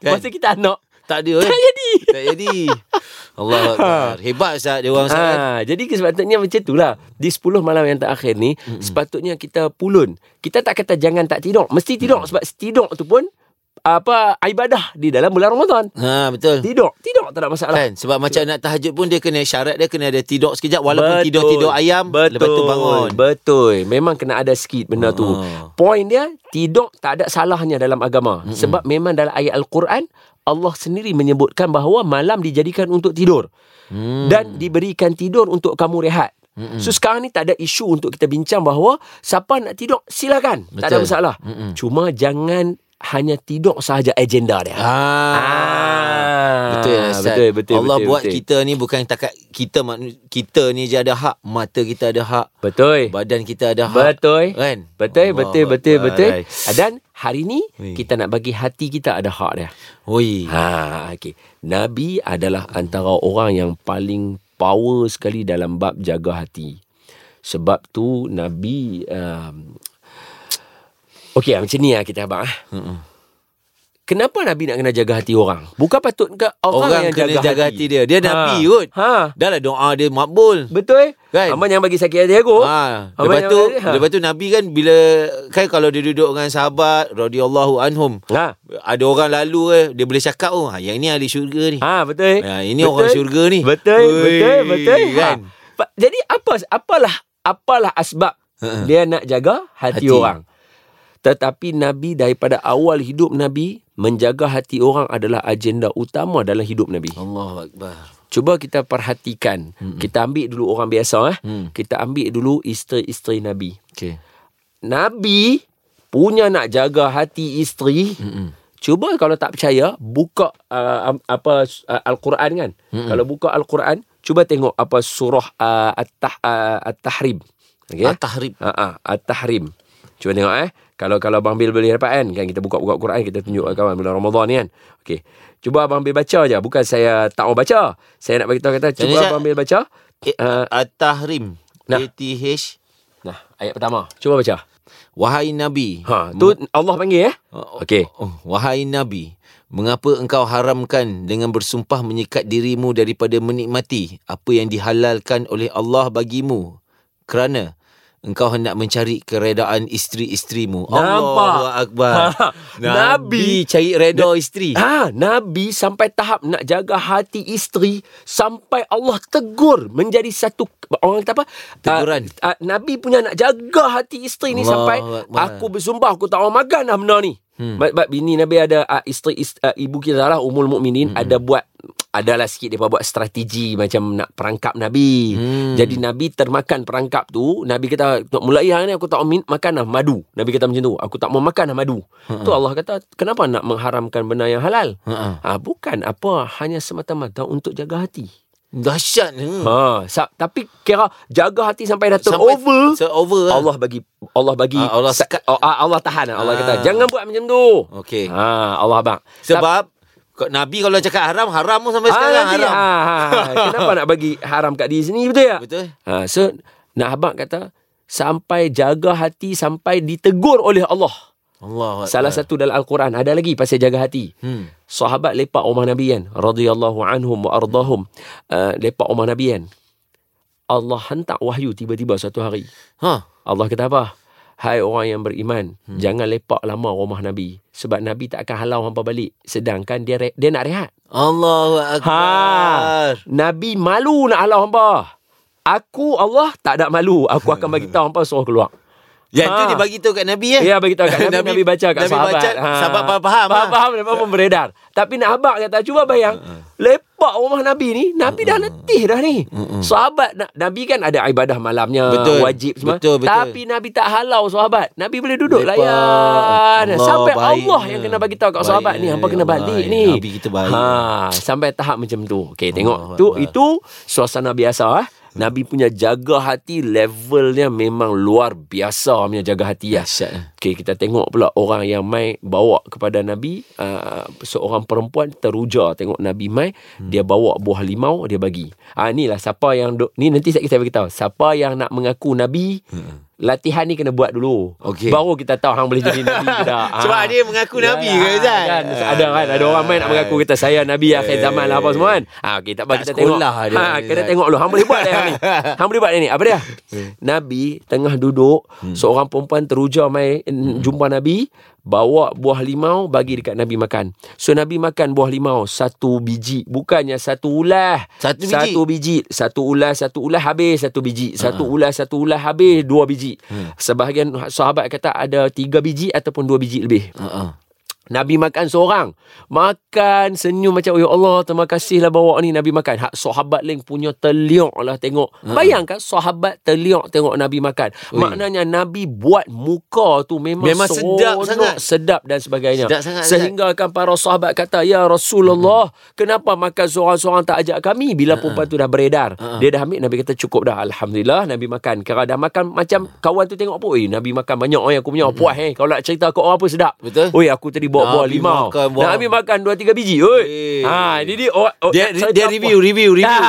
[SPEAKER 4] Kan? Masa kita anak
[SPEAKER 3] Tak ada
[SPEAKER 4] tak
[SPEAKER 3] eh?
[SPEAKER 4] jadi.
[SPEAKER 3] Tak jadi Allah Akbar Hebat Ustaz Dia orang Ustaz kan?
[SPEAKER 4] Ha, jadi sepatutnya macam itulah. Di 10 malam yang terakhir ni, mm-hmm. sepatutnya kita pulun. Kita tak kata jangan tak tidur. Mesti tidur sebab tidur tu pun apa ibadah di dalam bulan Ramadan.
[SPEAKER 3] Ha betul
[SPEAKER 4] Tidur, tidur tak ada masalah.
[SPEAKER 3] Kan sebab macam nak tahajud pun dia kena syarat dia kena ada tidur sekejap walaupun
[SPEAKER 4] Betul.
[SPEAKER 3] tidur-tidur ayam
[SPEAKER 4] Betul.
[SPEAKER 3] lepas tu bangun.
[SPEAKER 4] Betul. Memang kena ada sikit benda tu.
[SPEAKER 3] Ha.
[SPEAKER 4] Point dia tidur tak ada salahnya dalam agama. Mm-mm. Sebab memang dalam ayat al-Quran Allah sendiri menyebutkan bahawa malam dijadikan untuk tidur.
[SPEAKER 3] Hmm.
[SPEAKER 4] Mm. Dan diberikan tidur untuk kamu rehat. Mm-mm. So sekarang ni tak ada isu untuk kita bincang bahawa siapa nak tidur silakan. Betul. Tak ada
[SPEAKER 3] Betul.
[SPEAKER 4] masalah. Mm-mm. Cuma jangan hanya tidur sahaja agenda dia.
[SPEAKER 3] Ah. Ha. Betul ya, Ustaz.
[SPEAKER 4] Ha. betul betul
[SPEAKER 3] Allah
[SPEAKER 4] betul,
[SPEAKER 3] buat
[SPEAKER 4] betul.
[SPEAKER 3] kita ni bukan takat kita manu- kita ni je ada hak, mata kita ada hak, Eh,
[SPEAKER 4] betul
[SPEAKER 3] badan kita ada hak.
[SPEAKER 4] Betul.
[SPEAKER 3] Kan?
[SPEAKER 4] Betul,
[SPEAKER 3] Allah
[SPEAKER 4] betul, betul,
[SPEAKER 3] Akbar.
[SPEAKER 4] betul. Dan hari ni
[SPEAKER 3] Ui.
[SPEAKER 4] kita nak bagi hati kita ada hak dia.
[SPEAKER 3] Oi.
[SPEAKER 4] Ha, okey. Nabi adalah antara orang yang paling power sekali dalam bab jaga hati. Sebab tu Nabi um, Okey, macam ni lah kita abang ah. Kenapa Nabi nak kena jaga hati orang? Bukan patut ke orang,
[SPEAKER 3] Orang
[SPEAKER 4] yang
[SPEAKER 3] kena
[SPEAKER 4] jaga,
[SPEAKER 3] jaga hati dia. Dia Nabi kot.
[SPEAKER 4] Ha.
[SPEAKER 3] Dah lah doa dia makbul.
[SPEAKER 4] Betul?
[SPEAKER 3] Kan?
[SPEAKER 4] Abang yang bagi sakit hati aku.
[SPEAKER 3] Ha,
[SPEAKER 4] Abang
[SPEAKER 3] lepas
[SPEAKER 4] yang
[SPEAKER 3] tu
[SPEAKER 4] bagi- ha.
[SPEAKER 3] lepas tu Nabi kan bila kan kalau dia duduk dengan sahabat radhiyallahu anhum.
[SPEAKER 4] Ha.
[SPEAKER 3] Ada orang lalu eh, dia boleh cakap oh, ha, yang ni ahli syurga ni.
[SPEAKER 4] Ah betul.
[SPEAKER 3] Ya, ini orang syurga ni.
[SPEAKER 4] Betul,
[SPEAKER 3] Ui,
[SPEAKER 4] betul, betul.
[SPEAKER 3] kan?
[SPEAKER 4] Kan? Ha. Pa- Jadi apa apalah apalah asbab
[SPEAKER 3] Ha-ha.
[SPEAKER 4] dia nak jaga
[SPEAKER 3] Hati.
[SPEAKER 4] hati, orang. Tetapi Nabi daripada awal hidup Nabi menjaga hati orang adalah agenda utama dalam hidup Nabi.
[SPEAKER 3] Allahu akbar.
[SPEAKER 4] Cuba kita perhatikan. Mm-mm. Kita ambil dulu orang biasa eh.
[SPEAKER 3] Hmm.
[SPEAKER 4] Mm. Kita ambil dulu isteri-isteri Nabi.
[SPEAKER 3] Okey.
[SPEAKER 4] Nabi punya nak jaga hati isteri. Mm-mm. Cuba kalau tak percaya buka uh, am- apa uh, al-Quran kan. Mm-mm. Kalau buka al-Quran cuba tengok apa surah uh, at-tah, uh, at-tahrim. Okey.
[SPEAKER 3] Yeah? At-tahrib.
[SPEAKER 4] Ha ah, at-tahrim. Cuba tengok eh. Kalau kalau Abang Bil boleh dapat kan, kan kita buka-buka Quran kita tunjuk kat kawan bulan Ramadan ni kan. Okey. Cuba Abang Bil baca je, bukan saya tak mau baca. Saya nak bagi tahu kata cuba
[SPEAKER 3] Ustaz?
[SPEAKER 4] Abang Bil baca.
[SPEAKER 3] Eh,
[SPEAKER 4] Uh,
[SPEAKER 3] At-tahrim. A
[SPEAKER 4] Nah.
[SPEAKER 3] T H
[SPEAKER 4] nah, ayat pertama. Cuba baca.
[SPEAKER 3] Wahai Nabi.
[SPEAKER 4] Ha, tu Allah panggil eh. Okey.
[SPEAKER 3] Oh, wahai Nabi, mengapa engkau haramkan dengan bersumpah menyekat dirimu daripada menikmati apa yang dihalalkan oleh Allah bagimu? Kerana engkau hendak mencari keredaan isteri-isterimu.
[SPEAKER 4] Nampak?
[SPEAKER 3] Allahu akbar.
[SPEAKER 4] Ha, Nabi-
[SPEAKER 3] Nabi cari reda isteri.
[SPEAKER 4] Ha, Nabi sampai tahap nak jaga hati isteri sampai Allah tegur menjadi satu orang kata apa?
[SPEAKER 3] Teguran.
[SPEAKER 4] Ah, ah, Nabi punya nak jaga hati isteri ni
[SPEAKER 3] Allah
[SPEAKER 4] sampai
[SPEAKER 3] Akbar.
[SPEAKER 4] aku bersumpah aku tak orang makan lah benda ni. Hmm. Sebab bini Nabi ada uh, isteri ist, uh, ibu kita Zarah Ummul Mukminin hmm. ada buat adalah sikit depa buat strategi macam nak perangkap Nabi. Hmm. Jadi Nabi termakan perangkap tu, Nabi kata "Tok, mulai hari ni aku tak mau min- makan lah madu. Nabi kata macam tu, aku tak mau makan lah madu. Hmm. Tu Allah kata kenapa nak mengharamkan benda yang halal?
[SPEAKER 3] Ha.
[SPEAKER 4] Ha, bukan apa hanya semata-mata untuk jaga hati.
[SPEAKER 3] Dahsyat ni.
[SPEAKER 4] Ha, sa- tapi kira jaga hati sampai dah
[SPEAKER 3] Sampai-
[SPEAKER 4] terover.
[SPEAKER 3] se- over lah.
[SPEAKER 4] Allah bagi Allah bagi
[SPEAKER 3] Ah, Allah sekat.
[SPEAKER 4] oh, ah, Allah tahan ah. Allah
[SPEAKER 3] Ah.
[SPEAKER 4] kata jangan buat macam tu.
[SPEAKER 3] Okey.
[SPEAKER 4] Ha, Allah abang.
[SPEAKER 3] Sebab kau- Nabi kalau cakap haram, haram pun sampai
[SPEAKER 4] ah,
[SPEAKER 3] sekarang
[SPEAKER 4] nanti,
[SPEAKER 3] haram.
[SPEAKER 4] ah, ah, kenapa nak bagi haram kat diri sendiri betul tak?
[SPEAKER 3] Betul?
[SPEAKER 4] Ha, so nak abang kata sampai jaga hati sampai ditegur oleh Allah.
[SPEAKER 3] Allah.
[SPEAKER 4] Salah satu dalam al-Quran ada lagi pasal jaga hati.
[SPEAKER 3] Hmm.
[SPEAKER 4] Sahabat lepak rumah Nabi kan radhiyallahu anhum wa ardahum. Uh, lepak rumah Nabi kan. Allah hantar wahyu tiba-tiba suatu hari.
[SPEAKER 3] Ha.
[SPEAKER 4] Allah kata apa? Hai orang yang beriman, hmm. jangan lepak lama rumah Nabi sebab Nabi tak akan halau hampa balik sedangkan dia re- dia nak rehat.
[SPEAKER 3] Allahu
[SPEAKER 4] Ha.
[SPEAKER 3] akbar.
[SPEAKER 4] Nabi malu nak halau hampa. Aku Allah tak ada malu. Aku akan bagi tahu hampa suruh keluar.
[SPEAKER 3] Yang tu
[SPEAKER 4] Ha.
[SPEAKER 3] dia bagi tahu kat Nabi ya.
[SPEAKER 4] Ya bagi tahu kat Nabi, Nabi,
[SPEAKER 3] Nabi-
[SPEAKER 4] baca kat
[SPEAKER 3] Nabi
[SPEAKER 4] sahabat. Ha.
[SPEAKER 3] baca, sahabat faham-faham lah.
[SPEAKER 4] Faham-faham lepas pun beredar. Tapi nak abang kata cuba bayang
[SPEAKER 3] Ha,
[SPEAKER 4] lepak rumah Nabi ni, Nabi dah letih dah ni. Sahabat na- Nabi kan ada ibadah malamnya,
[SPEAKER 3] Ha, Betul.
[SPEAKER 4] wajib semua.
[SPEAKER 3] Betul, betul.
[SPEAKER 4] Tapi Nabi tak halau sahabat. Nabi boleh duduk
[SPEAKER 3] Lepak.
[SPEAKER 4] layan.
[SPEAKER 3] Allah,
[SPEAKER 4] sampai Allah
[SPEAKER 3] baiknya.
[SPEAKER 4] yang kena bagi tahu kat sahabat ni
[SPEAKER 3] Baiknya,
[SPEAKER 4] hampa kena
[SPEAKER 3] Allah. ya,
[SPEAKER 4] balik ni.
[SPEAKER 3] Nabi kita baik.
[SPEAKER 4] Ha, sampai tahap macam tu. Okey,
[SPEAKER 3] Allah
[SPEAKER 4] tengok tu
[SPEAKER 3] Akbar.
[SPEAKER 4] itu itu suasana biasa eh. Nabi punya jaga hati levelnya memang luar biasa punya jaga hati ya.
[SPEAKER 3] Dahsyat, eh.
[SPEAKER 4] Okey kita tengok pula orang yang mai bawa kepada Nabi uh, seorang perempuan teruja tengok Nabi mai hmm. dia bawa buah limau dia bagi. Ah inilah siapa yang duk, ni nanti saya kita beritahu siapa yang nak mengaku Nabi hmm. latihan ni kena buat dulu.
[SPEAKER 3] Okey.
[SPEAKER 4] Baru kita tahu hang boleh jadi Nabi ke tak.
[SPEAKER 3] Sebab
[SPEAKER 4] Ah.
[SPEAKER 3] dia mengaku Nabi
[SPEAKER 4] Yalah,
[SPEAKER 3] ke, Ustaz?
[SPEAKER 4] Kan ada kan ada orang main nak mengaku kita saya Nabi akhir zaman lah apa semua kan. Ah okey tak
[SPEAKER 3] Tak
[SPEAKER 4] apa kita tengok.
[SPEAKER 3] Eh. sekolah dia
[SPEAKER 4] ha
[SPEAKER 3] ni,
[SPEAKER 4] kena
[SPEAKER 3] Zat.
[SPEAKER 4] tengok dulu hang boleh buat dah yang ni. Hang boleh buat yang ni. Apa dia? Nabi tengah duduk
[SPEAKER 3] Hmm.
[SPEAKER 4] seorang perempuan teruja mai eh, jumpa Nabi bawa buah limau bagi dekat Nabi makan. So Nabi makan buah limau satu biji bukannya satu ulah.
[SPEAKER 3] Satu biji? Ah.
[SPEAKER 4] Satu biji, satu ulas, satu ulas habis satu biji, satu ulas, satu ulas habis dua biji.
[SPEAKER 3] Hmm.
[SPEAKER 4] Sebahagian sahabat kata ada tiga biji ataupun dua biji lebih.
[SPEAKER 3] Ha.
[SPEAKER 4] Nabi makan seorang. Makan senyum macam, Ya Allah, terima kasihlah bawa ni Nabi makan. Hak sahabat lain punya teliok lah tengok.
[SPEAKER 3] Hmm.
[SPEAKER 4] Bayangkan sahabat teliok tengok Nabi makan. Ui. Maknanya Nabi buat muka tu memang,
[SPEAKER 3] Memang sedap
[SPEAKER 4] seronok,
[SPEAKER 3] sangat.
[SPEAKER 4] Sedap dan sebagainya.
[SPEAKER 3] Sedap sangat, Hmm.
[SPEAKER 4] Sehingga kan para sahabat kata, Ya Rasulullah, kenapa makan seorang-seorang tak ajak kami? Bila perempuan tu dah beredar.
[SPEAKER 3] Hmm.
[SPEAKER 4] Dia dah ambil, Nabi kata cukup dah. Alhamdulillah, Nabi makan. Kerana dah makan macam kawan tu tengok pun, Eh, Nabi makan banyak orang yang aku punya. Puas eh. Kalau nak cerita ke orang pun sedap.
[SPEAKER 3] Hmm. Betul.
[SPEAKER 4] Oi, aku tadi bawa buah
[SPEAKER 3] Nabi
[SPEAKER 4] limau.
[SPEAKER 3] makan buah.
[SPEAKER 4] Nabi makan dua tiga biji. Oi.
[SPEAKER 3] Eh.
[SPEAKER 4] Ha, ini dia oh, oh,
[SPEAKER 3] Dia,
[SPEAKER 4] saya Ya.
[SPEAKER 3] dia
[SPEAKER 4] tak
[SPEAKER 3] review,
[SPEAKER 4] puas.
[SPEAKER 3] review, review.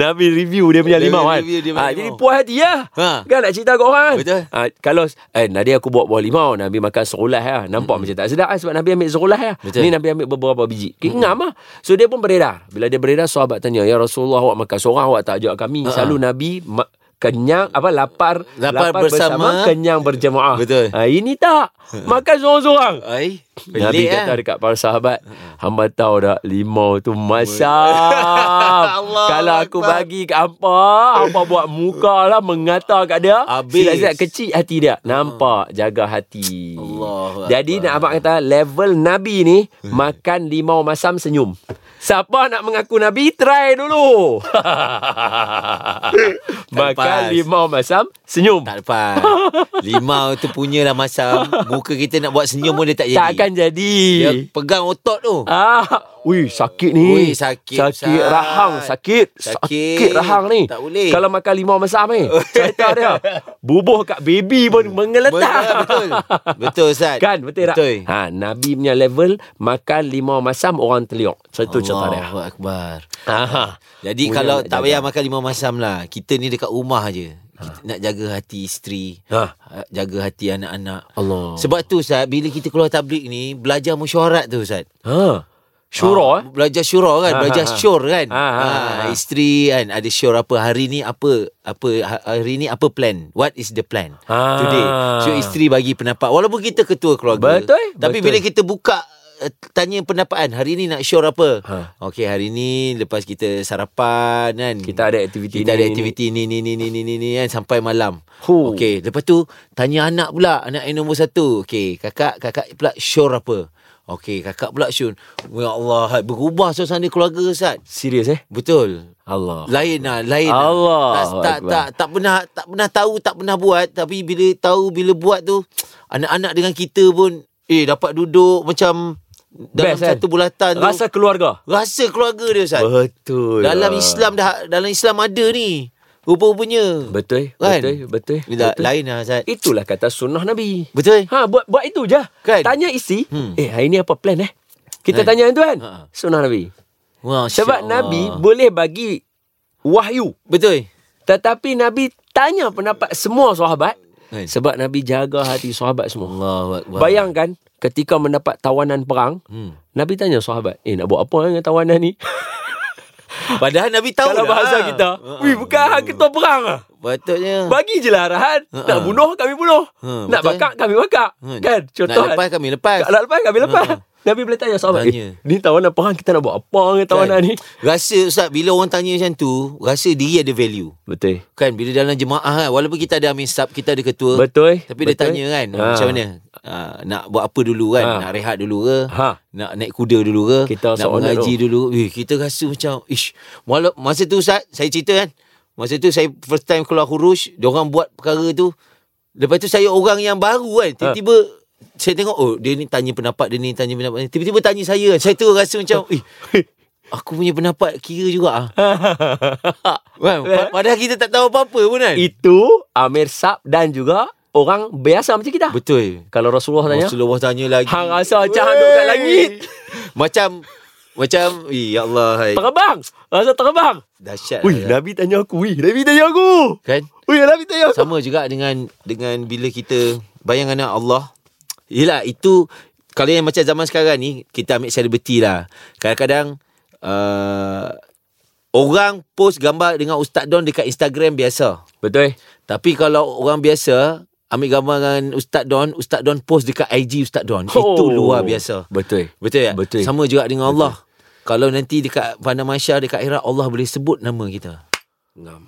[SPEAKER 4] Nabi review dia punya
[SPEAKER 3] Dia
[SPEAKER 4] limau kan.
[SPEAKER 3] review dia punya
[SPEAKER 4] Ha,
[SPEAKER 3] limau.
[SPEAKER 4] jadi puas hati ya.
[SPEAKER 3] Ha.
[SPEAKER 4] Kan nak cerita kat orang. kan?
[SPEAKER 3] Betul.
[SPEAKER 4] Ha, kalau eh Nabi aku bawa buah limau, Nabi makan serulah ya. Nampak macam tak sedap kan sebab Nabi ambil serulah ya.
[SPEAKER 3] Betul.
[SPEAKER 4] Ni Nabi ambil beberapa biji. Kingam ah. So dia pun beredar. Bila dia beredar sahabat tanya, "Ya Rasulullah, awak makan seorang, awak tak ajak kami." Selalu Nabi ma- kenyang apa lapar
[SPEAKER 3] Lapar bersama.
[SPEAKER 4] kenyang berjemaah.
[SPEAKER 3] Betul.
[SPEAKER 4] Ha, ini tak. Makan seorang-seorang.
[SPEAKER 3] Ai, pelik
[SPEAKER 4] Nabi kata
[SPEAKER 3] ah.
[SPEAKER 4] dekat para sahabat Hamba tahu tak Limau tu masam
[SPEAKER 3] Allah
[SPEAKER 4] Kalau aku
[SPEAKER 3] Akbar.
[SPEAKER 4] bagi kat hampa Hampa buat muka lah Mengata kat dia
[SPEAKER 3] Habis. Ha.
[SPEAKER 4] Silap-silap kecil hati dia Nampak Jaga hati
[SPEAKER 3] Allah
[SPEAKER 4] Jadi nak abang kata Level Nabi ni Makan limau masam senyum Siapa nak mengaku Nabi Try dulu Makan
[SPEAKER 3] lepas.
[SPEAKER 4] limau masam Senyum
[SPEAKER 3] Tak lepas. Limau tu punya lah masam. Muka kita nak buat senyum pun dia tak jadi.
[SPEAKER 4] Takkan jadi
[SPEAKER 3] Dia pegang otot tu.
[SPEAKER 4] Ah, ui sakit ni.
[SPEAKER 3] Ui, sakit,
[SPEAKER 4] Sakit
[SPEAKER 3] Ustaz.
[SPEAKER 4] rahang, sakit. Sakit,
[SPEAKER 3] Sakit.
[SPEAKER 4] rahang ni.
[SPEAKER 3] Tak boleh.
[SPEAKER 4] Kalau makan limau masam ni, cerita dia. Bubuh kat baby pun
[SPEAKER 3] Betul,
[SPEAKER 4] mengeletak.
[SPEAKER 3] betul. Betul, Ustaz.
[SPEAKER 4] Kan betul tak?
[SPEAKER 3] Betul.
[SPEAKER 4] Ha Nabi punya level makan limau masam orang teliok. Satu cerita dia. Ah. Ha,
[SPEAKER 3] Allahu Akbar.
[SPEAKER 4] Aha.
[SPEAKER 3] Jadi
[SPEAKER 4] Punya
[SPEAKER 3] kalau
[SPEAKER 4] nak
[SPEAKER 3] tak
[SPEAKER 4] jaga.
[SPEAKER 3] payah makan limau masam lah. Kita ni dekat rumah je.
[SPEAKER 4] Ah.
[SPEAKER 3] Kita nak jaga hati isteri,
[SPEAKER 4] Ha.
[SPEAKER 3] ha. jaga hati anak-anak.
[SPEAKER 4] Allah.
[SPEAKER 3] Sebab tu Ustaz, bila kita keluar tablik ni, belajar mesyuarat tu Ustaz.
[SPEAKER 4] Ha. Syura eh.
[SPEAKER 3] Ha, belajar syura kan,
[SPEAKER 4] Ha,
[SPEAKER 3] ha, belajar
[SPEAKER 4] ha, ha.
[SPEAKER 3] syur kan.
[SPEAKER 4] Ha, ha, ha, ha.
[SPEAKER 3] isteri kan ada syur apa hari ni apa apa ha- hari ni apa plan? What is the plan
[SPEAKER 4] Ah.
[SPEAKER 3] today? So isteri bagi pendapat walaupun kita ketua keluarga.
[SPEAKER 4] Betul,
[SPEAKER 3] Tapi
[SPEAKER 4] betul.
[SPEAKER 3] bila kita buka eh, tanya pendapatan hari ni nak syur apa?
[SPEAKER 4] Ha.
[SPEAKER 3] Okey hari ni lepas kita sarapan kan.
[SPEAKER 4] Kita ada aktiviti
[SPEAKER 3] kita
[SPEAKER 4] ni,
[SPEAKER 3] ada
[SPEAKER 4] ni,
[SPEAKER 3] aktiviti ni ni ni ni ni ni, ni kan sampai malam.
[SPEAKER 4] Huh.
[SPEAKER 3] Okey, lepas tu tanya anak pula, anak yang nombor satu. Okey, kakak kakak pula syur apa? Okey, kakak pula syur. Ya Allah, hai, berubah suasana keluarga Ustaz.
[SPEAKER 4] Serius eh?
[SPEAKER 3] Betul.
[SPEAKER 4] Allah.
[SPEAKER 3] Lain lah, lain lah.
[SPEAKER 4] Allah
[SPEAKER 3] Tak, tak,
[SPEAKER 4] Akbar.
[SPEAKER 3] tak, tak pernah tak pernah tahu, tak pernah buat. Tapi bila tahu, bila buat tu, anak-anak dengan kita pun, eh dapat duduk macam dalam
[SPEAKER 4] Best, kan?
[SPEAKER 3] satu bulatan tu.
[SPEAKER 4] Rasa keluarga.
[SPEAKER 3] rasa keluarga dia Ustaz.
[SPEAKER 4] Betul.
[SPEAKER 3] Dalam Islam dah dalam Islam ada ni. Rupa-rupanya.
[SPEAKER 4] Betul,
[SPEAKER 3] Kan?
[SPEAKER 4] betul, betul.
[SPEAKER 3] Bila
[SPEAKER 4] betul.
[SPEAKER 3] lain lah Zat.
[SPEAKER 4] Itulah kata sunnah Nabi.
[SPEAKER 3] Betul.
[SPEAKER 4] Ha buat buat itu je.
[SPEAKER 3] Kan?
[SPEAKER 4] Tanya isteri,
[SPEAKER 3] Hmm.
[SPEAKER 4] eh hari ni apa plan eh? Kita
[SPEAKER 3] Kan?
[SPEAKER 4] tanya itu kan.
[SPEAKER 3] Ha.
[SPEAKER 4] Sunnah Nabi.
[SPEAKER 3] Masya
[SPEAKER 4] Sebab
[SPEAKER 3] Allah.
[SPEAKER 4] Nabi boleh bagi wahyu,
[SPEAKER 3] Betul.
[SPEAKER 4] tetapi Nabi tanya pendapat semua sahabat
[SPEAKER 3] Kan?
[SPEAKER 4] sebab Nabi jaga hati sahabat semua.
[SPEAKER 3] Allah
[SPEAKER 4] Bayangkan ketika mendapat tawanan perang,
[SPEAKER 3] Hmm.
[SPEAKER 4] Nabi tanya sahabat, "Eh nak buat apa dengan tawanan ni?"
[SPEAKER 3] Padahal Nabi tahu
[SPEAKER 4] Kalau
[SPEAKER 3] dah.
[SPEAKER 4] bahasa kita,
[SPEAKER 3] Ha.
[SPEAKER 4] "Wih, bukan ketua perang ah."
[SPEAKER 3] Patutnya.
[SPEAKER 4] Bagi je lah arahan.
[SPEAKER 3] Ha-ha.
[SPEAKER 4] Nak bunuh, kami bunuh.
[SPEAKER 3] Ha,
[SPEAKER 4] Nak
[SPEAKER 3] betul.
[SPEAKER 4] bakar, kami bakar.
[SPEAKER 3] Ha,
[SPEAKER 4] Kan? Contoh.
[SPEAKER 3] Nak lepas kami lepas.
[SPEAKER 4] Nak lepas, kami lepas.
[SPEAKER 3] Ha.
[SPEAKER 4] Nabi boleh tanya sahabat.
[SPEAKER 3] Tanya. Kan?
[SPEAKER 4] Eh, ni tawanan perang, kita nak buat apa dengan tawanan ni?
[SPEAKER 3] Rasa Ustaz bila orang tanya macam tu, rasa diri ada value.
[SPEAKER 4] Betul.
[SPEAKER 3] Kan bila dalam jemaah kan walaupun kita ada amin sub, kita ada ketua.
[SPEAKER 4] Betul.
[SPEAKER 3] Tapi dia
[SPEAKER 4] Betul.
[SPEAKER 3] tanya kan
[SPEAKER 4] Ha.
[SPEAKER 3] macam mana? Uh, nak buat apa dulu kan?
[SPEAKER 4] Ha.
[SPEAKER 3] Nak rehat dulu ke?
[SPEAKER 4] Ha.
[SPEAKER 3] Nak naik kuda dulu ke? nak
[SPEAKER 4] Kita seorang
[SPEAKER 3] mengaji dulu. Eh, kita rasa macam ish. Walau masa tu Ustaz, saya cerita kan. Masa tu saya first time keluar hurus, dia orang buat perkara tu. Lepas tu saya orang yang baru
[SPEAKER 4] Ha.
[SPEAKER 3] kan. Tiba-tiba saya tengok oh dia ni tanya pendapat dia ni tanya pendapat ni. Tiba-tiba tanya saya kan. Saya tu rasa macam eh aku punya pendapat kira juga ah. Kan? Pa- Padahal kita tak tahu apa-apa pun kan.
[SPEAKER 4] Itu Amir Sab dan juga orang biasa macam kita.
[SPEAKER 3] Betul.
[SPEAKER 4] Kalau Rasulullah tanya,
[SPEAKER 3] Rasulullah tanya lagi.
[SPEAKER 4] Hang rasa macam hang duduk kat
[SPEAKER 3] Wey.
[SPEAKER 4] langit.
[SPEAKER 3] macam macam eh ya Allah hai.
[SPEAKER 4] terbang. Rasa terbang.
[SPEAKER 3] Dahsyat.
[SPEAKER 4] Wih,
[SPEAKER 3] lah,
[SPEAKER 4] Nabi tanya aku. Wih, Nabi tanya aku.
[SPEAKER 3] kan?
[SPEAKER 4] Wih, Nabi tanya aku.
[SPEAKER 3] Sama juga dengan dengan bila kita bayangkan Allah. Yelah itu kalau yang macam zaman sekarang ni kita ambil selebriti lah. Kadang-kadang uh, orang post gambar dengan Ustaz Don dekat Instagram biasa.
[SPEAKER 4] Betul.
[SPEAKER 3] Tapi kalau orang biasa ambil gambar dengan Ustaz Don, Ustaz Don post dekat IG Ustaz Don. Itu
[SPEAKER 4] Oh.
[SPEAKER 3] luar biasa.
[SPEAKER 4] Betul.
[SPEAKER 3] Betul tak?
[SPEAKER 4] Betul.
[SPEAKER 3] Sama juga dengan Allah. Kalau nanti dekat Padang Mahsyar, dekat akhirat, Allah boleh sebut nama kita.
[SPEAKER 4] Ngam.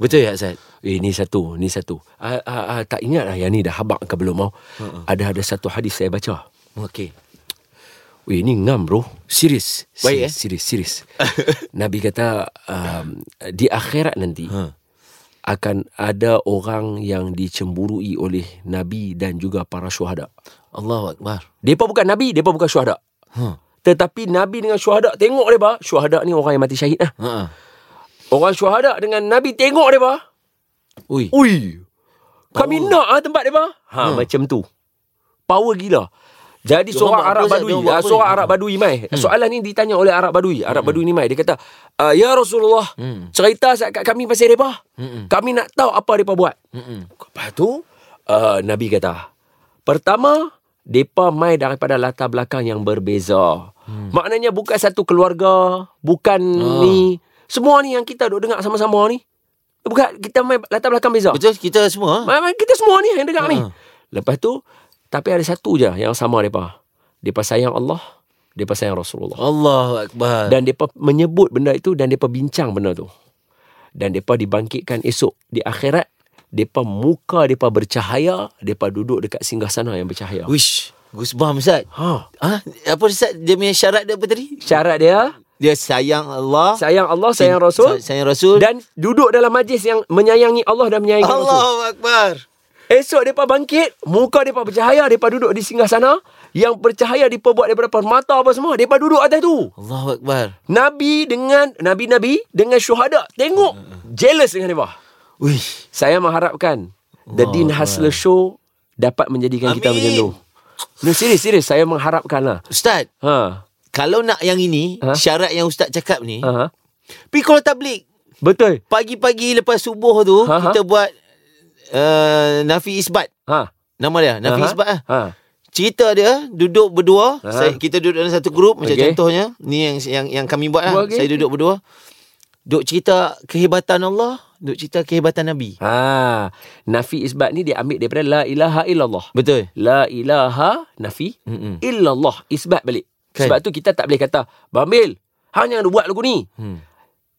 [SPEAKER 3] Betul tak, Zat?
[SPEAKER 4] Eh ni satu, ni satu. Ah, ah, ah, tak ingat lah yang ni dah habak ke belum mau. Ada ada satu hadis saya baca.
[SPEAKER 3] Okey.
[SPEAKER 4] Weh ni ngam bro. Serius.
[SPEAKER 3] Baik, eh?
[SPEAKER 4] Serius, serius. Nabi kata um, di akhirat nanti
[SPEAKER 3] Ha.
[SPEAKER 4] akan ada orang yang dicemburui oleh Nabi dan juga para syuhada.
[SPEAKER 3] Allahu Akbar.
[SPEAKER 4] Depa bukan Nabi, depa bukan syuhada.
[SPEAKER 3] Ha.
[SPEAKER 4] Tetapi Nabi dengan syuhada tengok depa, syuhada ni orang yang mati syahid lah.
[SPEAKER 3] Ha.
[SPEAKER 4] Orang syuhada dengan Nabi tengok depa.
[SPEAKER 3] Ui.
[SPEAKER 4] Ui. Kami nak ah tempat dia bang. Ha hmm. macam tu. Power gila.
[SPEAKER 3] Dia
[SPEAKER 4] Jadi
[SPEAKER 3] orang
[SPEAKER 4] seorang
[SPEAKER 3] buat
[SPEAKER 4] Arab
[SPEAKER 3] apa, Zat?
[SPEAKER 4] Badui,
[SPEAKER 3] Dia orang Hmm. buat
[SPEAKER 4] ah,
[SPEAKER 3] apa
[SPEAKER 4] seorang
[SPEAKER 3] ni?
[SPEAKER 4] Arab Badui mai. Soalan ni ditanya oleh Arab Badui. Arab Badui ni mai dia kata, "Ah, "Ya Rasulullah,
[SPEAKER 3] Hmm.
[SPEAKER 4] cerita sat kat kami pasal depa.
[SPEAKER 3] Mm-mm.
[SPEAKER 4] Kami nak tahu apa depa buat."
[SPEAKER 3] Mm-mm.
[SPEAKER 4] Lepas tu uh, Nabi kata Pertama Depa mai daripada latar belakang yang berbeza hmm. Maknanya bukan satu keluarga Bukan
[SPEAKER 3] Ah.
[SPEAKER 4] ni Semua ni yang kita duduk dengar sama-sama ni Bukan kita mai latar belakang beza
[SPEAKER 3] Betul kita semua. ha?
[SPEAKER 4] Mai- mai Kita semua ni yang dengar ni
[SPEAKER 3] Ah.
[SPEAKER 4] Lepas tu Tapi ada satu je yang sama depa Depa sayang Allah Depa sayang Rasulullah
[SPEAKER 3] Allahu Akbar.
[SPEAKER 4] dan depa menyebut benda itu dan depa bincang benda tu. Dan depa dibangkitkan esok di akhirat, depa muka depa bercahaya, depa duduk dekat singgah sana yang bercahaya.
[SPEAKER 3] Wish. Gusbam, Zat.
[SPEAKER 4] Ha.
[SPEAKER 3] Ha? Apa, Zat? Dia punya syarat dia apa tadi?
[SPEAKER 4] Syarat dia
[SPEAKER 3] Dia sayang Allah.
[SPEAKER 4] sayang Allah, sayang Rasul
[SPEAKER 3] Say- Sayang Rasul.
[SPEAKER 4] dan duduk dalam majlis yang menyayangi Allah dan menyayangi Rasul.
[SPEAKER 3] Allahu Akbar.
[SPEAKER 4] Esok depa bangkit, muka depa bercahaya, depa duduk di singgah sana yang bercahaya depa buat daripada permata apa semua, depa duduk atas tu.
[SPEAKER 3] Allahu Akbar.
[SPEAKER 4] Nabi dengan nabi-nabi dengan syuhada. Tengok jealous dengan depa.
[SPEAKER 3] Wish.
[SPEAKER 4] Saya mengharapkan The Dean Hustler Show dapat menjadikan kita
[SPEAKER 3] Amin.
[SPEAKER 4] macam tu. No, serius, serius. Saya mengharapkan lah.
[SPEAKER 3] Ustaz,
[SPEAKER 4] Ha.
[SPEAKER 3] kalau nak yang ini,
[SPEAKER 4] Ha?
[SPEAKER 3] syarat yang Ustaz cakap ni,
[SPEAKER 4] Ha.
[SPEAKER 3] Pergi keluar tablik
[SPEAKER 4] Betul.
[SPEAKER 3] Pagi-pagi lepas subuh tu
[SPEAKER 4] Ha, ha.
[SPEAKER 3] kita buat uh, Nafi Isbat.
[SPEAKER 4] Ha.
[SPEAKER 3] Nama dia Nafi
[SPEAKER 4] Aha.
[SPEAKER 3] Isbat lah.
[SPEAKER 4] Ha.
[SPEAKER 3] Cerita dia duduk berdua,
[SPEAKER 4] Ha.
[SPEAKER 3] saya, kita duduk dalam satu grup macam
[SPEAKER 4] Okey.
[SPEAKER 3] contohnya ni yang yang yang kami buat lah.
[SPEAKER 4] Buat, okey.
[SPEAKER 3] Saya duduk berdua. Duk cerita kehebatan Allah, duk cerita kehebatan Nabi.
[SPEAKER 4] Ha. Nafi isbat ni dia ambil daripada la ilaha illallah.
[SPEAKER 3] Betul.
[SPEAKER 4] La ilaha nafi
[SPEAKER 3] Mm-mm.
[SPEAKER 4] illallah isbat balik.
[SPEAKER 3] Kan.
[SPEAKER 4] Sebab tu kita tak boleh kata, "Bang Bil, hang jangan buat lagu ni."
[SPEAKER 3] Hmm.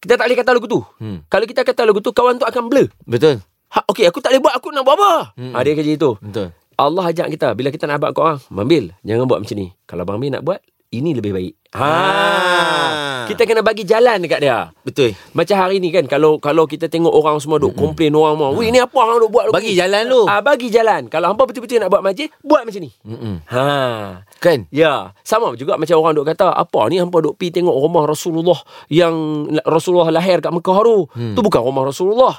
[SPEAKER 4] Kita tak boleh kata lagu tu.
[SPEAKER 3] Hmm.
[SPEAKER 4] Kalau kita kata lagu tu, kawan tu akan blur.
[SPEAKER 3] Betul.
[SPEAKER 4] Ha, okay, aku tak boleh buat. Aku nak buat apa? Hmm. Ha, dia kerja itu.
[SPEAKER 3] Betul.
[SPEAKER 4] Allah ajak kita. Bila kita nak buat kat orang, Bang Bil, jangan buat macam ni. Kalau Bang Bil nak buat, ini lebih baik. Ha.
[SPEAKER 3] Ah.
[SPEAKER 4] Kita kena bagi jalan dekat dia.
[SPEAKER 3] Betul.
[SPEAKER 4] Macam hari ni kan kalau kalau kita tengok orang semua duk komplain orang semua. Weh ni apa hang duk buat?
[SPEAKER 3] Ah. Bagi jalan lu.
[SPEAKER 4] Ah bagi jalan. Kalau hangpa betul-betul nak buat masjid, buat macam ni.
[SPEAKER 3] Mm-mm.
[SPEAKER 4] Ha.
[SPEAKER 3] Kan?
[SPEAKER 4] Ya, sama juga macam orang duk kata, apa ni hampa duk pi tengok rumah Rasulullah yang Rasulullah lahir kat Mekah tu.
[SPEAKER 3] Hmm.
[SPEAKER 4] Tu bukan rumah Rasulullah.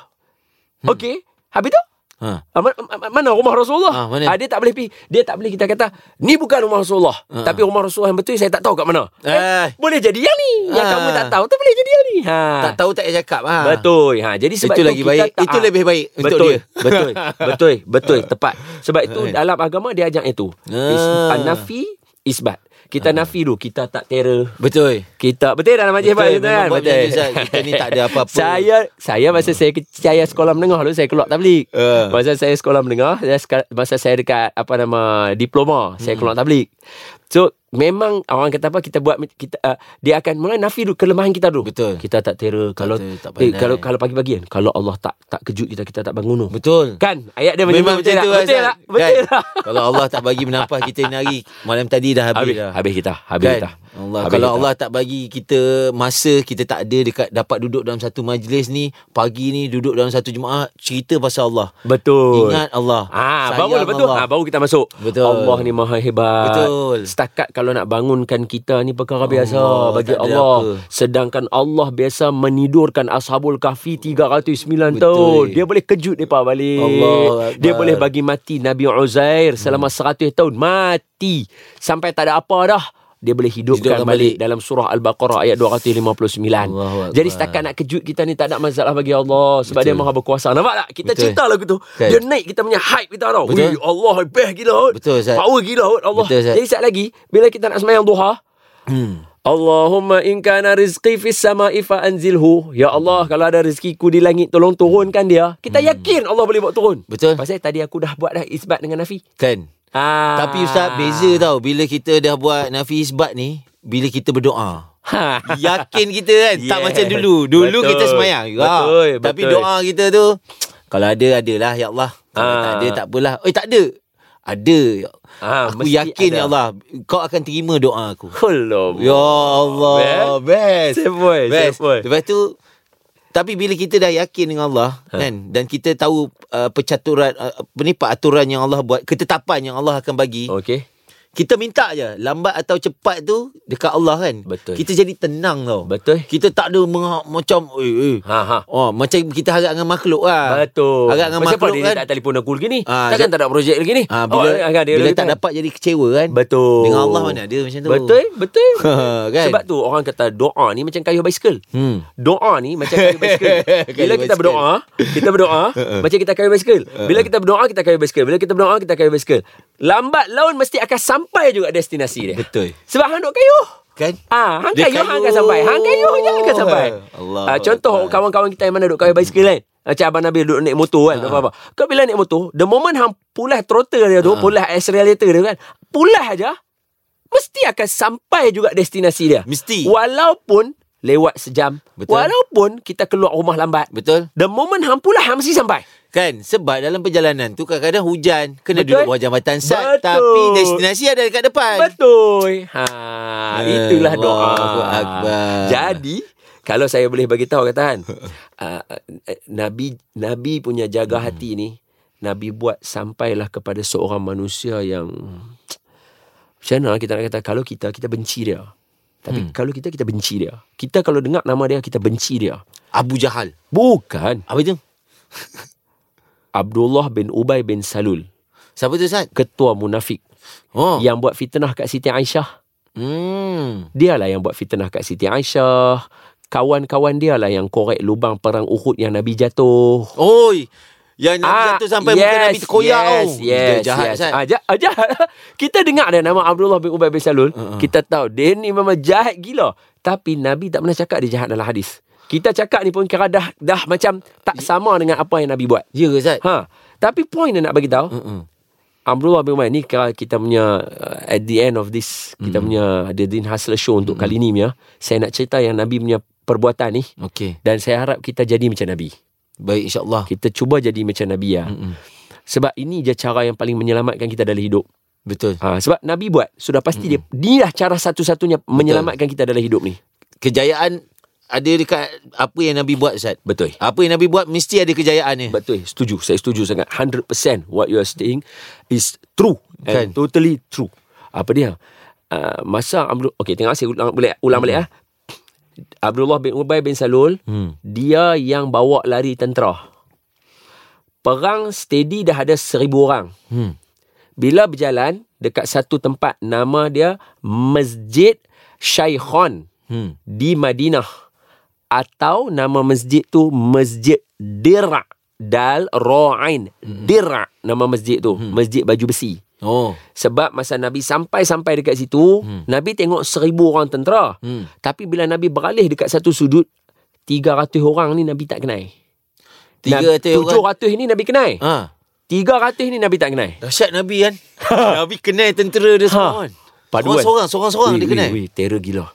[SPEAKER 4] Okey. Habis tu?
[SPEAKER 3] Ha.
[SPEAKER 4] Ah, ma- ma- Mana rumah Rasulullah?
[SPEAKER 3] Ah, mana?
[SPEAKER 4] Ah, dia tak boleh pi. Dia tak boleh kita kata, ni bukan rumah Rasulullah. Tapi rumah Rasulullah yang betul saya tak tahu kat mana.
[SPEAKER 3] Ah. Eh.
[SPEAKER 4] boleh jadi yang ni. Yang
[SPEAKER 3] Ah.
[SPEAKER 4] kamu tak tahu tu boleh jadi yang ni. Ha.
[SPEAKER 3] Tak tahu tak payah cakap ha.
[SPEAKER 4] Betul. Ha, jadi sebab
[SPEAKER 3] Itu
[SPEAKER 4] tu
[SPEAKER 3] lagi
[SPEAKER 4] kita
[SPEAKER 3] baik.
[SPEAKER 4] tak-
[SPEAKER 3] Itu
[SPEAKER 4] ah,
[SPEAKER 3] lebih baik
[SPEAKER 4] betul,
[SPEAKER 3] untuk dia. Eh.
[SPEAKER 4] Betul. Betul. Betul. Tepat. Sebab itu dalam agama dia ajak itu.
[SPEAKER 3] Ah.
[SPEAKER 4] Is, nafi isbat. Kita nafi dulu kita tak terror.
[SPEAKER 3] Betul.
[SPEAKER 4] Kita betul dalam majlis
[SPEAKER 3] Betul,
[SPEAKER 4] Pak Ustaz kan?
[SPEAKER 3] memang betul, Ustaz. Kita ni tak ada apa-apa. Hmm.
[SPEAKER 4] Saya saya masa saya ke- saya sekolah menengah dulu saya keluar tablik.
[SPEAKER 3] Ah.
[SPEAKER 4] Masa saya sekolah menengah, saya seka- masa saya dekat apa nama
[SPEAKER 3] Hmm.
[SPEAKER 4] diploma, saya keluar tablik. So memang orang kata apa kita buat kita uh, dia akan mula nafi dulu kelemahan kita dulu.
[SPEAKER 3] Betul.
[SPEAKER 4] Kita tak terror kalau
[SPEAKER 3] terror, tak
[SPEAKER 4] eh,
[SPEAKER 3] pandai.
[SPEAKER 4] kalau kalau pagi-pagi kan kalau Allah tak tak kejut kita kita tak bangun. tu.
[SPEAKER 3] Betul.
[SPEAKER 4] Kan ayat dia
[SPEAKER 3] Memang
[SPEAKER 4] menyebut
[SPEAKER 3] macam tu
[SPEAKER 4] tak? Betul
[SPEAKER 3] Hasan.
[SPEAKER 4] tak? Betul lah.
[SPEAKER 3] Kan?
[SPEAKER 4] tak?
[SPEAKER 3] Kalau Allah tak bagi menafas kita ni hari Malam tadi dah habis,
[SPEAKER 4] Habis,
[SPEAKER 3] dah
[SPEAKER 4] habis kita, habis kita.
[SPEAKER 3] Kan? Allah,
[SPEAKER 4] Habis
[SPEAKER 3] kalau
[SPEAKER 4] kita.
[SPEAKER 3] Allah tak bagi kita masa kita tak ada dekat dapat duduk dalam satu majlis ni, pagi ni duduk dalam satu jemaah cerita pasal Allah.
[SPEAKER 4] Betul.
[SPEAKER 3] Ingat Allah. Sayang
[SPEAKER 4] Ah, baru lepas tu
[SPEAKER 3] Allah.
[SPEAKER 4] ah, baru kita masuk.
[SPEAKER 3] Betul.
[SPEAKER 4] Allah ni maha hebat.
[SPEAKER 3] Betul.
[SPEAKER 4] Setakat kalau nak bangunkan kita ni perkara biasa
[SPEAKER 3] Allah,
[SPEAKER 4] bagi
[SPEAKER 3] tak ada
[SPEAKER 4] Allah.
[SPEAKER 3] apa.
[SPEAKER 4] Sedangkan Allah biasa menidurkan Ashabul Kahfi 309
[SPEAKER 3] Betul.
[SPEAKER 4] tahun. Dia boleh kejut depa balik.
[SPEAKER 3] Allah Akbar.
[SPEAKER 4] Dia
[SPEAKER 3] Hmm.
[SPEAKER 4] boleh bagi mati Nabi Uzair selama 100 tahun mati sampai tak ada apa dah. Dia boleh hidupkan,
[SPEAKER 3] Hidupkan balik.
[SPEAKER 4] balik. dalam surah Al-Baqarah ayat 259.
[SPEAKER 3] Allahu
[SPEAKER 4] Jadi
[SPEAKER 3] Akbar.
[SPEAKER 4] setakat nak kejut kita ni tak ada masalah bagi Allah sebab dia
[SPEAKER 3] Betul.
[SPEAKER 4] maha berkuasa. Nampak tak? Kita
[SPEAKER 3] Betul.
[SPEAKER 4] cerita lagu tu.
[SPEAKER 3] Kan.
[SPEAKER 4] Dia naik kita punya hype kita tau.
[SPEAKER 3] Betul.
[SPEAKER 4] Wih, Allah best gila hot.
[SPEAKER 3] Betul, Ustaz.
[SPEAKER 4] Power gila hot Allah.
[SPEAKER 3] Betul, Ustaz.
[SPEAKER 4] Jadi sat lagi bila kita nak semayang duha,
[SPEAKER 3] Hmm.
[SPEAKER 4] Allahumma in kana rizqi fis sama'i fa anzilhu. Ya Allah, kalau ada rezekiku di langit tolong turunkan dia. Kita yakin Allah boleh buat turun.
[SPEAKER 3] Hmm. Betul.
[SPEAKER 4] Pasal tadi aku dah buat dah isbat dengan Nafi.
[SPEAKER 3] Kan?
[SPEAKER 4] Ah.
[SPEAKER 3] Tapi Ustaz beza tau bila kita dah buat nafi isbat ni, bila kita berdoa.
[SPEAKER 4] Ha.
[SPEAKER 3] Yakin kita kan yeah. Tak
[SPEAKER 4] Yes.
[SPEAKER 3] macam dulu Dulu
[SPEAKER 4] Betul.
[SPEAKER 3] kita semayang juga
[SPEAKER 4] Betul,
[SPEAKER 3] Tapi
[SPEAKER 4] betul.
[SPEAKER 3] doa kita tu Kalau ada adalah Ya Allah Kalau
[SPEAKER 4] Ah.
[SPEAKER 3] tak ada tak apalah Eh tak ada Ada ya Allah.
[SPEAKER 4] Ah,
[SPEAKER 3] Aku
[SPEAKER 4] mesti
[SPEAKER 3] yakin
[SPEAKER 4] ada.
[SPEAKER 3] Ya Allah Kau akan terima doa aku
[SPEAKER 4] Hello.
[SPEAKER 3] Ya Allah Best
[SPEAKER 4] Safe boy,
[SPEAKER 3] Best
[SPEAKER 4] safe boy.
[SPEAKER 3] Lepas tu tapi bila kita dah yakin dengan Allah
[SPEAKER 4] Ha.
[SPEAKER 3] kan dan kita tahu uh, percaturan uh, apa ni peraturan yang Allah buat ketetapan yang Allah akan bagi
[SPEAKER 4] Okey.
[SPEAKER 3] kita minta je Lambat atau cepat tu Dekat Allah kan
[SPEAKER 4] Betul.
[SPEAKER 3] Kita jadi tenang tau
[SPEAKER 4] Betul.
[SPEAKER 3] Kita tak ada mengha- macam eh, eh.
[SPEAKER 4] Ha ha.
[SPEAKER 3] Oh, Macam kita harap dengan makhluk lah
[SPEAKER 4] Betul.
[SPEAKER 3] Harap dengan
[SPEAKER 4] Pasal apa
[SPEAKER 3] makhluk
[SPEAKER 4] dia
[SPEAKER 3] kan
[SPEAKER 4] tak telefon aku lagi ni?
[SPEAKER 3] Ah,
[SPEAKER 4] Takkan
[SPEAKER 3] se-
[SPEAKER 4] tak ada projek lagi ni?
[SPEAKER 3] ha, Bila,
[SPEAKER 4] Oh, agak dia
[SPEAKER 3] bila
[SPEAKER 4] lagi
[SPEAKER 3] tak dapat jadi kecewa kan
[SPEAKER 4] Betul.
[SPEAKER 3] Dengan Allah mana ada macam tu
[SPEAKER 4] Betul, betul.
[SPEAKER 3] Kan?
[SPEAKER 4] Sebab tu orang kata doa ni macam kayu basikal.
[SPEAKER 3] Hmm.
[SPEAKER 4] Doa ni macam kayu basikal. Bila
[SPEAKER 3] Kayu Uh-uh.
[SPEAKER 4] kita
[SPEAKER 3] basikal.
[SPEAKER 4] berdoa, kita berdoa macam kita kayu basikal.
[SPEAKER 3] Uh-uh.
[SPEAKER 4] Bila kita berdoa, kita kayu basikal. Bila kita berdoa, kita kayu basikal. Lambat laun mesti akan sampai juga destinasi dia.
[SPEAKER 3] Betul.
[SPEAKER 4] Sebab hang duk kayu.
[SPEAKER 3] Kan
[SPEAKER 4] Ah, hang
[SPEAKER 3] Dia Eh,
[SPEAKER 4] kayu, hang akan
[SPEAKER 3] kayu.
[SPEAKER 4] sampai. Hang kayu je akan sampai.
[SPEAKER 3] Allah
[SPEAKER 4] Ah, contoh
[SPEAKER 3] Akbar.
[SPEAKER 4] kawan-kawan kita yang mana duk kayu basikal kan. Macam Abang Nabil duduk naik motor
[SPEAKER 3] Ah.
[SPEAKER 4] kan. Apa-apa. Kau bila naik motor, the moment hang pulas throttle dia tu,
[SPEAKER 3] Ah.
[SPEAKER 4] pulas accelerator dia kan. Pulas aja, mesti akan sampai juga destinasi dia.
[SPEAKER 3] Mesti.
[SPEAKER 4] Walaupun lewat sejam.
[SPEAKER 3] Betul.
[SPEAKER 4] Walaupun kita keluar rumah lambat.
[SPEAKER 3] Betul
[SPEAKER 4] The moment hang pulas, hang mesti sampai.
[SPEAKER 3] Kan Sebab dalam perjalanan tu Kadang-kadang hujan Kena
[SPEAKER 4] Betul.
[SPEAKER 3] duduk bawah jambatan
[SPEAKER 4] Betul.
[SPEAKER 3] sat Tapi destinasi ada dekat depan
[SPEAKER 4] Betul. Ha,
[SPEAKER 3] Eh,
[SPEAKER 4] itulah doa.
[SPEAKER 3] Allahu Akbar.
[SPEAKER 4] Jadi kalau saya boleh bagi tahu kata kan, uh, Nabi Nabi punya jaga
[SPEAKER 3] Hmm.
[SPEAKER 4] hati ni, Nabi buat sampailah kepada seorang manusia yang macam mana kita nak kata kalau kita kita benci dia. Tapi hmm. kalau kita kita benci dia. Kita kalau dengar nama dia kita benci dia.
[SPEAKER 3] Abu Jahal
[SPEAKER 4] Bukan
[SPEAKER 3] Apa tu?
[SPEAKER 4] Abdullah bin Ubay bin Salul,
[SPEAKER 3] Siapa tu Sat?
[SPEAKER 4] ketua munafik
[SPEAKER 3] Oh
[SPEAKER 4] yang buat fitnah kat Siti Aisyah.
[SPEAKER 3] hmm.
[SPEAKER 4] Dialah yang buat fitnah kat Siti Aisyah kawan-kawan dia lah yang korek lubang perang Uhud yang Nabi jatuh.
[SPEAKER 3] Oi. Yang Nabi jatuh sampai yes, muka Nabi terkoyak
[SPEAKER 4] Ah, yes,
[SPEAKER 3] tau.
[SPEAKER 4] Yes,
[SPEAKER 3] Dia jahat
[SPEAKER 4] yes.
[SPEAKER 3] Ustaz.
[SPEAKER 4] Ah, jah, ah, jahat. Kita dengar dia nama Abdullah bin Ubay bin Salul. Uh-uh. Kita tahu dia ni memang jahat gila. Tapi Nabi tak pernah cakap dia jahat dalam hadis. Kita cakap ni pun kira dah, dah macam tak sama dengan apa yang Nabi buat.
[SPEAKER 3] Ya ke Ustaz?
[SPEAKER 4] Ha. Tapi point yang nak bagi tahu,
[SPEAKER 3] Mm-mm.
[SPEAKER 4] Amrullah bin Umair ni kalau kita punya uh, at the end of this kita punya uh, The Din Hustler show untuk kali ni punya, saya nak cerita yang Nabi punya perbuatan ni
[SPEAKER 3] Okey.
[SPEAKER 4] dan saya harap kita jadi macam Nabi.
[SPEAKER 3] Baik insya-Allah.
[SPEAKER 4] Kita cuba jadi macam Nabi ya.
[SPEAKER 3] Mm-mm.
[SPEAKER 4] Sebab ini je cara yang paling menyelamatkan kita dalam hidup.
[SPEAKER 3] Betul.
[SPEAKER 4] Ha, sebab Nabi buat, sudah pasti dia dia inilah cara satu-satunya menyelamatkan kita dalam hidup ni.
[SPEAKER 3] Kejayaan ada dekat apa yang Nabi buat Ustaz.
[SPEAKER 4] Betul.
[SPEAKER 3] Apa yang Nabi buat mesti ada kejayaannya.
[SPEAKER 4] Betul, eh, setuju. Saya setuju sangat. 100% what you are saying is true.
[SPEAKER 3] Kan?
[SPEAKER 4] And totally true. Apa dia? Uh, masa Abdul Okey, tengok saya ulang balik ulang balik ah. Abdullah bin Ubay bin Salul, hmm. dia yang bawa lari tentera. Perang steady dah ada seribu orang.
[SPEAKER 3] Hmm.
[SPEAKER 4] Bila berjalan dekat satu tempat nama dia Masjid Syaikhon
[SPEAKER 3] Hmm.
[SPEAKER 4] di Madinah atau nama masjid tu Masjid Dira Dal Ra'ain
[SPEAKER 3] Hmm.
[SPEAKER 4] Dira nama masjid tu masjid baju besi
[SPEAKER 3] Oh.
[SPEAKER 4] sebab masa Nabi sampai-sampai dekat situ Nabi tengok seribu orang tentera
[SPEAKER 3] Hmm.
[SPEAKER 4] tapi bila Nabi beralih dekat satu sudut 300 orang ni Nabi tak kenal
[SPEAKER 3] Tiga tu orang.
[SPEAKER 4] 700 ni Nabi kenal
[SPEAKER 3] Ha.
[SPEAKER 4] 300 ni Nabi tak kenal
[SPEAKER 3] Dahsyat Nabi kan. Nabi kenal tentera dia
[SPEAKER 4] Ha.
[SPEAKER 3] semua kan.
[SPEAKER 4] Paduan.
[SPEAKER 3] Seorang-seorang, seorang-seorang
[SPEAKER 4] Weh,
[SPEAKER 3] dia
[SPEAKER 4] weh,
[SPEAKER 3] kenal.
[SPEAKER 4] Weh, terror gila.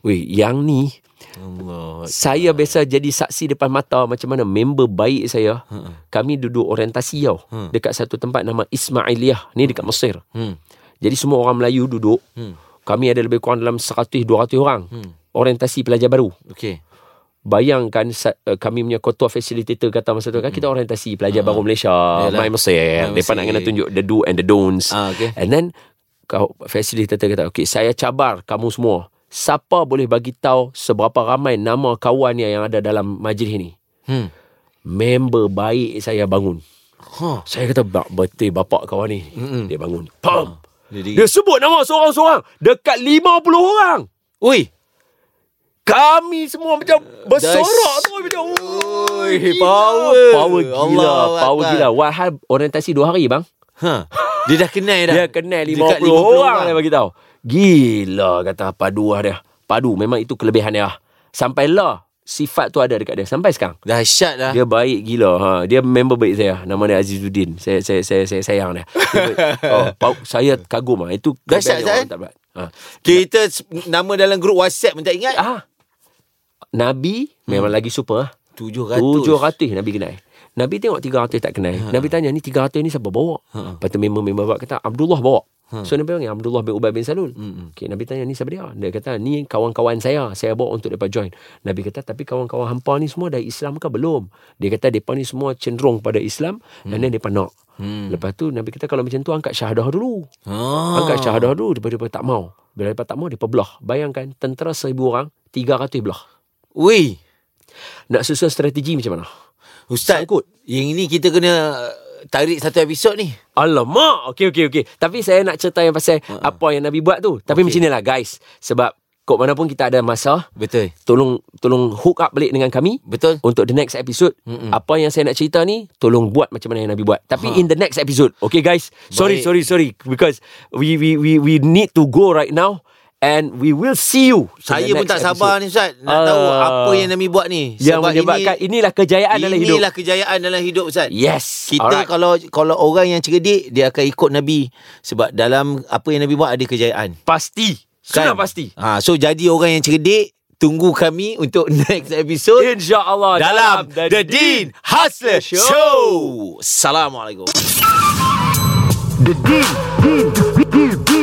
[SPEAKER 4] Weh, yang ni
[SPEAKER 3] Allah.
[SPEAKER 4] saya biasa jadi saksi depan mata macam mana member baik saya. Kami duduk orientasi tau dekat satu tempat nama Ismailiyah ni dekat Mesir.
[SPEAKER 3] Hmm.
[SPEAKER 4] Jadi semua orang Melayu duduk. Kami ada lebih kurang dalam 100 200 orang. Orientasi pelajar baru.
[SPEAKER 3] Okey.
[SPEAKER 4] Bayangkan sa- uh, kami punya ketua facilitator kata masa tu kan kita orientasi pelajar baru Malaysia,
[SPEAKER 3] Ah. Yalah.
[SPEAKER 4] mai Mesir.
[SPEAKER 3] Mai Mesir.
[SPEAKER 4] Depa nak kena tunjuk the do and the don'ts.
[SPEAKER 3] Ah, okey.
[SPEAKER 4] And then kau facilitator kata, "Okey, saya cabar kamu semua. Siapa boleh bagi tahu seberapa ramai nama kawan yang yang ada dalam majlis ni?"
[SPEAKER 3] Hmm.
[SPEAKER 4] Member baik saya bangun.
[SPEAKER 3] Ha.
[SPEAKER 4] Saya kata, "Bak, betul bapak kawan ni." Mm-mm. Dia bangun. Pam.
[SPEAKER 3] Jadi.
[SPEAKER 4] Dia sebut nama seorang-seorang dekat 50 orang.
[SPEAKER 3] Ui.
[SPEAKER 4] Kami semua macam bersorak
[SPEAKER 3] Dah-
[SPEAKER 4] tu macam
[SPEAKER 3] Oi,
[SPEAKER 4] gila.
[SPEAKER 3] power.
[SPEAKER 4] Power gila,
[SPEAKER 3] Allah
[SPEAKER 4] power
[SPEAKER 3] Akbar.
[SPEAKER 4] gila. Wahal orientasi dua hari bang.
[SPEAKER 3] Ha. Dia dah kenal dah.
[SPEAKER 4] Dia kenal
[SPEAKER 3] Dekat
[SPEAKER 4] 50,
[SPEAKER 3] lah.
[SPEAKER 4] orang, dia bagi tahu. Gila kata padu lah dia. Padu memang itu kelebihan dia. Sampailah sifat tu ada dekat dia sampai sekarang.
[SPEAKER 3] Dahsyat lah.
[SPEAKER 4] Dia baik gila. Ha, dia member baik saya. Nama dia Azizuddin. Saya saya saya saya sayang dia. Dia baik. oh, pau- saya kagum ah. Itu
[SPEAKER 3] Dahsyat,
[SPEAKER 4] kelebihan
[SPEAKER 3] Zan.
[SPEAKER 4] orang tak dapat. Ha.
[SPEAKER 3] Kita s- nama dalam grup WhatsApp pun tak ingat.
[SPEAKER 4] Ah. Nabi memang
[SPEAKER 3] Hmm.
[SPEAKER 4] lagi super ah.
[SPEAKER 3] Tujuh ratus.
[SPEAKER 4] Tujuh ratus Nabi kenal Nabi tengok tiga ratus tak kenal Nabi tanya ni tiga ratus ni siapa bawa ha. Lepas tu member-member bawa kata Abdullah bawa So Nabi panggil Abdullah bin Ubay bin Salul okay, Nabi tanya ni siapa dia Dia kata ni kawan-kawan saya Saya bawa untuk mereka join Nabi kata tapi kawan-kawan hampa ni semua dah Islam ke belum Dia kata mereka ni semua cenderung pada Islam Dan then mereka nak Lepas tu Nabi kata kalau macam tu angkat syahadah dulu
[SPEAKER 3] Ha.
[SPEAKER 4] Angkat syahadah dulu Daripada mereka tak mau Bila mereka tak mau mereka belah Bayangkan tentera seribu orang Tiga ratus belah
[SPEAKER 3] Ui.
[SPEAKER 4] Nak susun strategi macam mana
[SPEAKER 3] Ustaz
[SPEAKER 4] Sangkut.
[SPEAKER 3] Yang ini kita kena uh, Tarik satu episod ni
[SPEAKER 4] Alamak. Okey, okey, okey. Tapi saya nak cerita yang
[SPEAKER 3] Ha.
[SPEAKER 4] pasal uh-huh. apa yang Nabi buat tu. Tapi okay. macam inilah guys. Sebab kok mana pun kita ada masa.
[SPEAKER 3] Betul
[SPEAKER 4] Tolong tolong hook up balik dengan kami.
[SPEAKER 3] Betul
[SPEAKER 4] Untuk the next episode Mm-mm. Apa yang saya nak cerita ni Tolong buat macam mana yang Nabi buat Tapi in the next episode Okay guys
[SPEAKER 3] Ha.
[SPEAKER 4] Sorry
[SPEAKER 3] Baik.
[SPEAKER 4] sorry sorry Because we we we we need to go right now And we will see you to
[SPEAKER 3] Saya
[SPEAKER 4] the
[SPEAKER 3] pun
[SPEAKER 4] next
[SPEAKER 3] tak sabar ni Ustaz
[SPEAKER 4] episode.
[SPEAKER 3] Nak tahu
[SPEAKER 4] Ah.
[SPEAKER 3] apa yang Nabi buat ni
[SPEAKER 4] Yang
[SPEAKER 3] Sebab
[SPEAKER 4] menyebabkan
[SPEAKER 3] ini,
[SPEAKER 4] Inilah kejayaan dalam hidup
[SPEAKER 3] Inilah kejayaan dalam hidup Ustaz
[SPEAKER 4] Yes
[SPEAKER 3] Kita
[SPEAKER 4] Alright.
[SPEAKER 3] kalau kalau orang yang cerdik Dia akan ikut Nabi Sebab dalam apa yang Nabi buat ada kejayaan
[SPEAKER 4] Pasti Sudah pasti
[SPEAKER 3] ha, So jadi orang yang cerdik Tunggu kami untuk next episode
[SPEAKER 4] InsyaAllah
[SPEAKER 3] dalam The Dean Hustler Show. Assalamualaikum.
[SPEAKER 2] The Dean, Dean, Dean, Dean.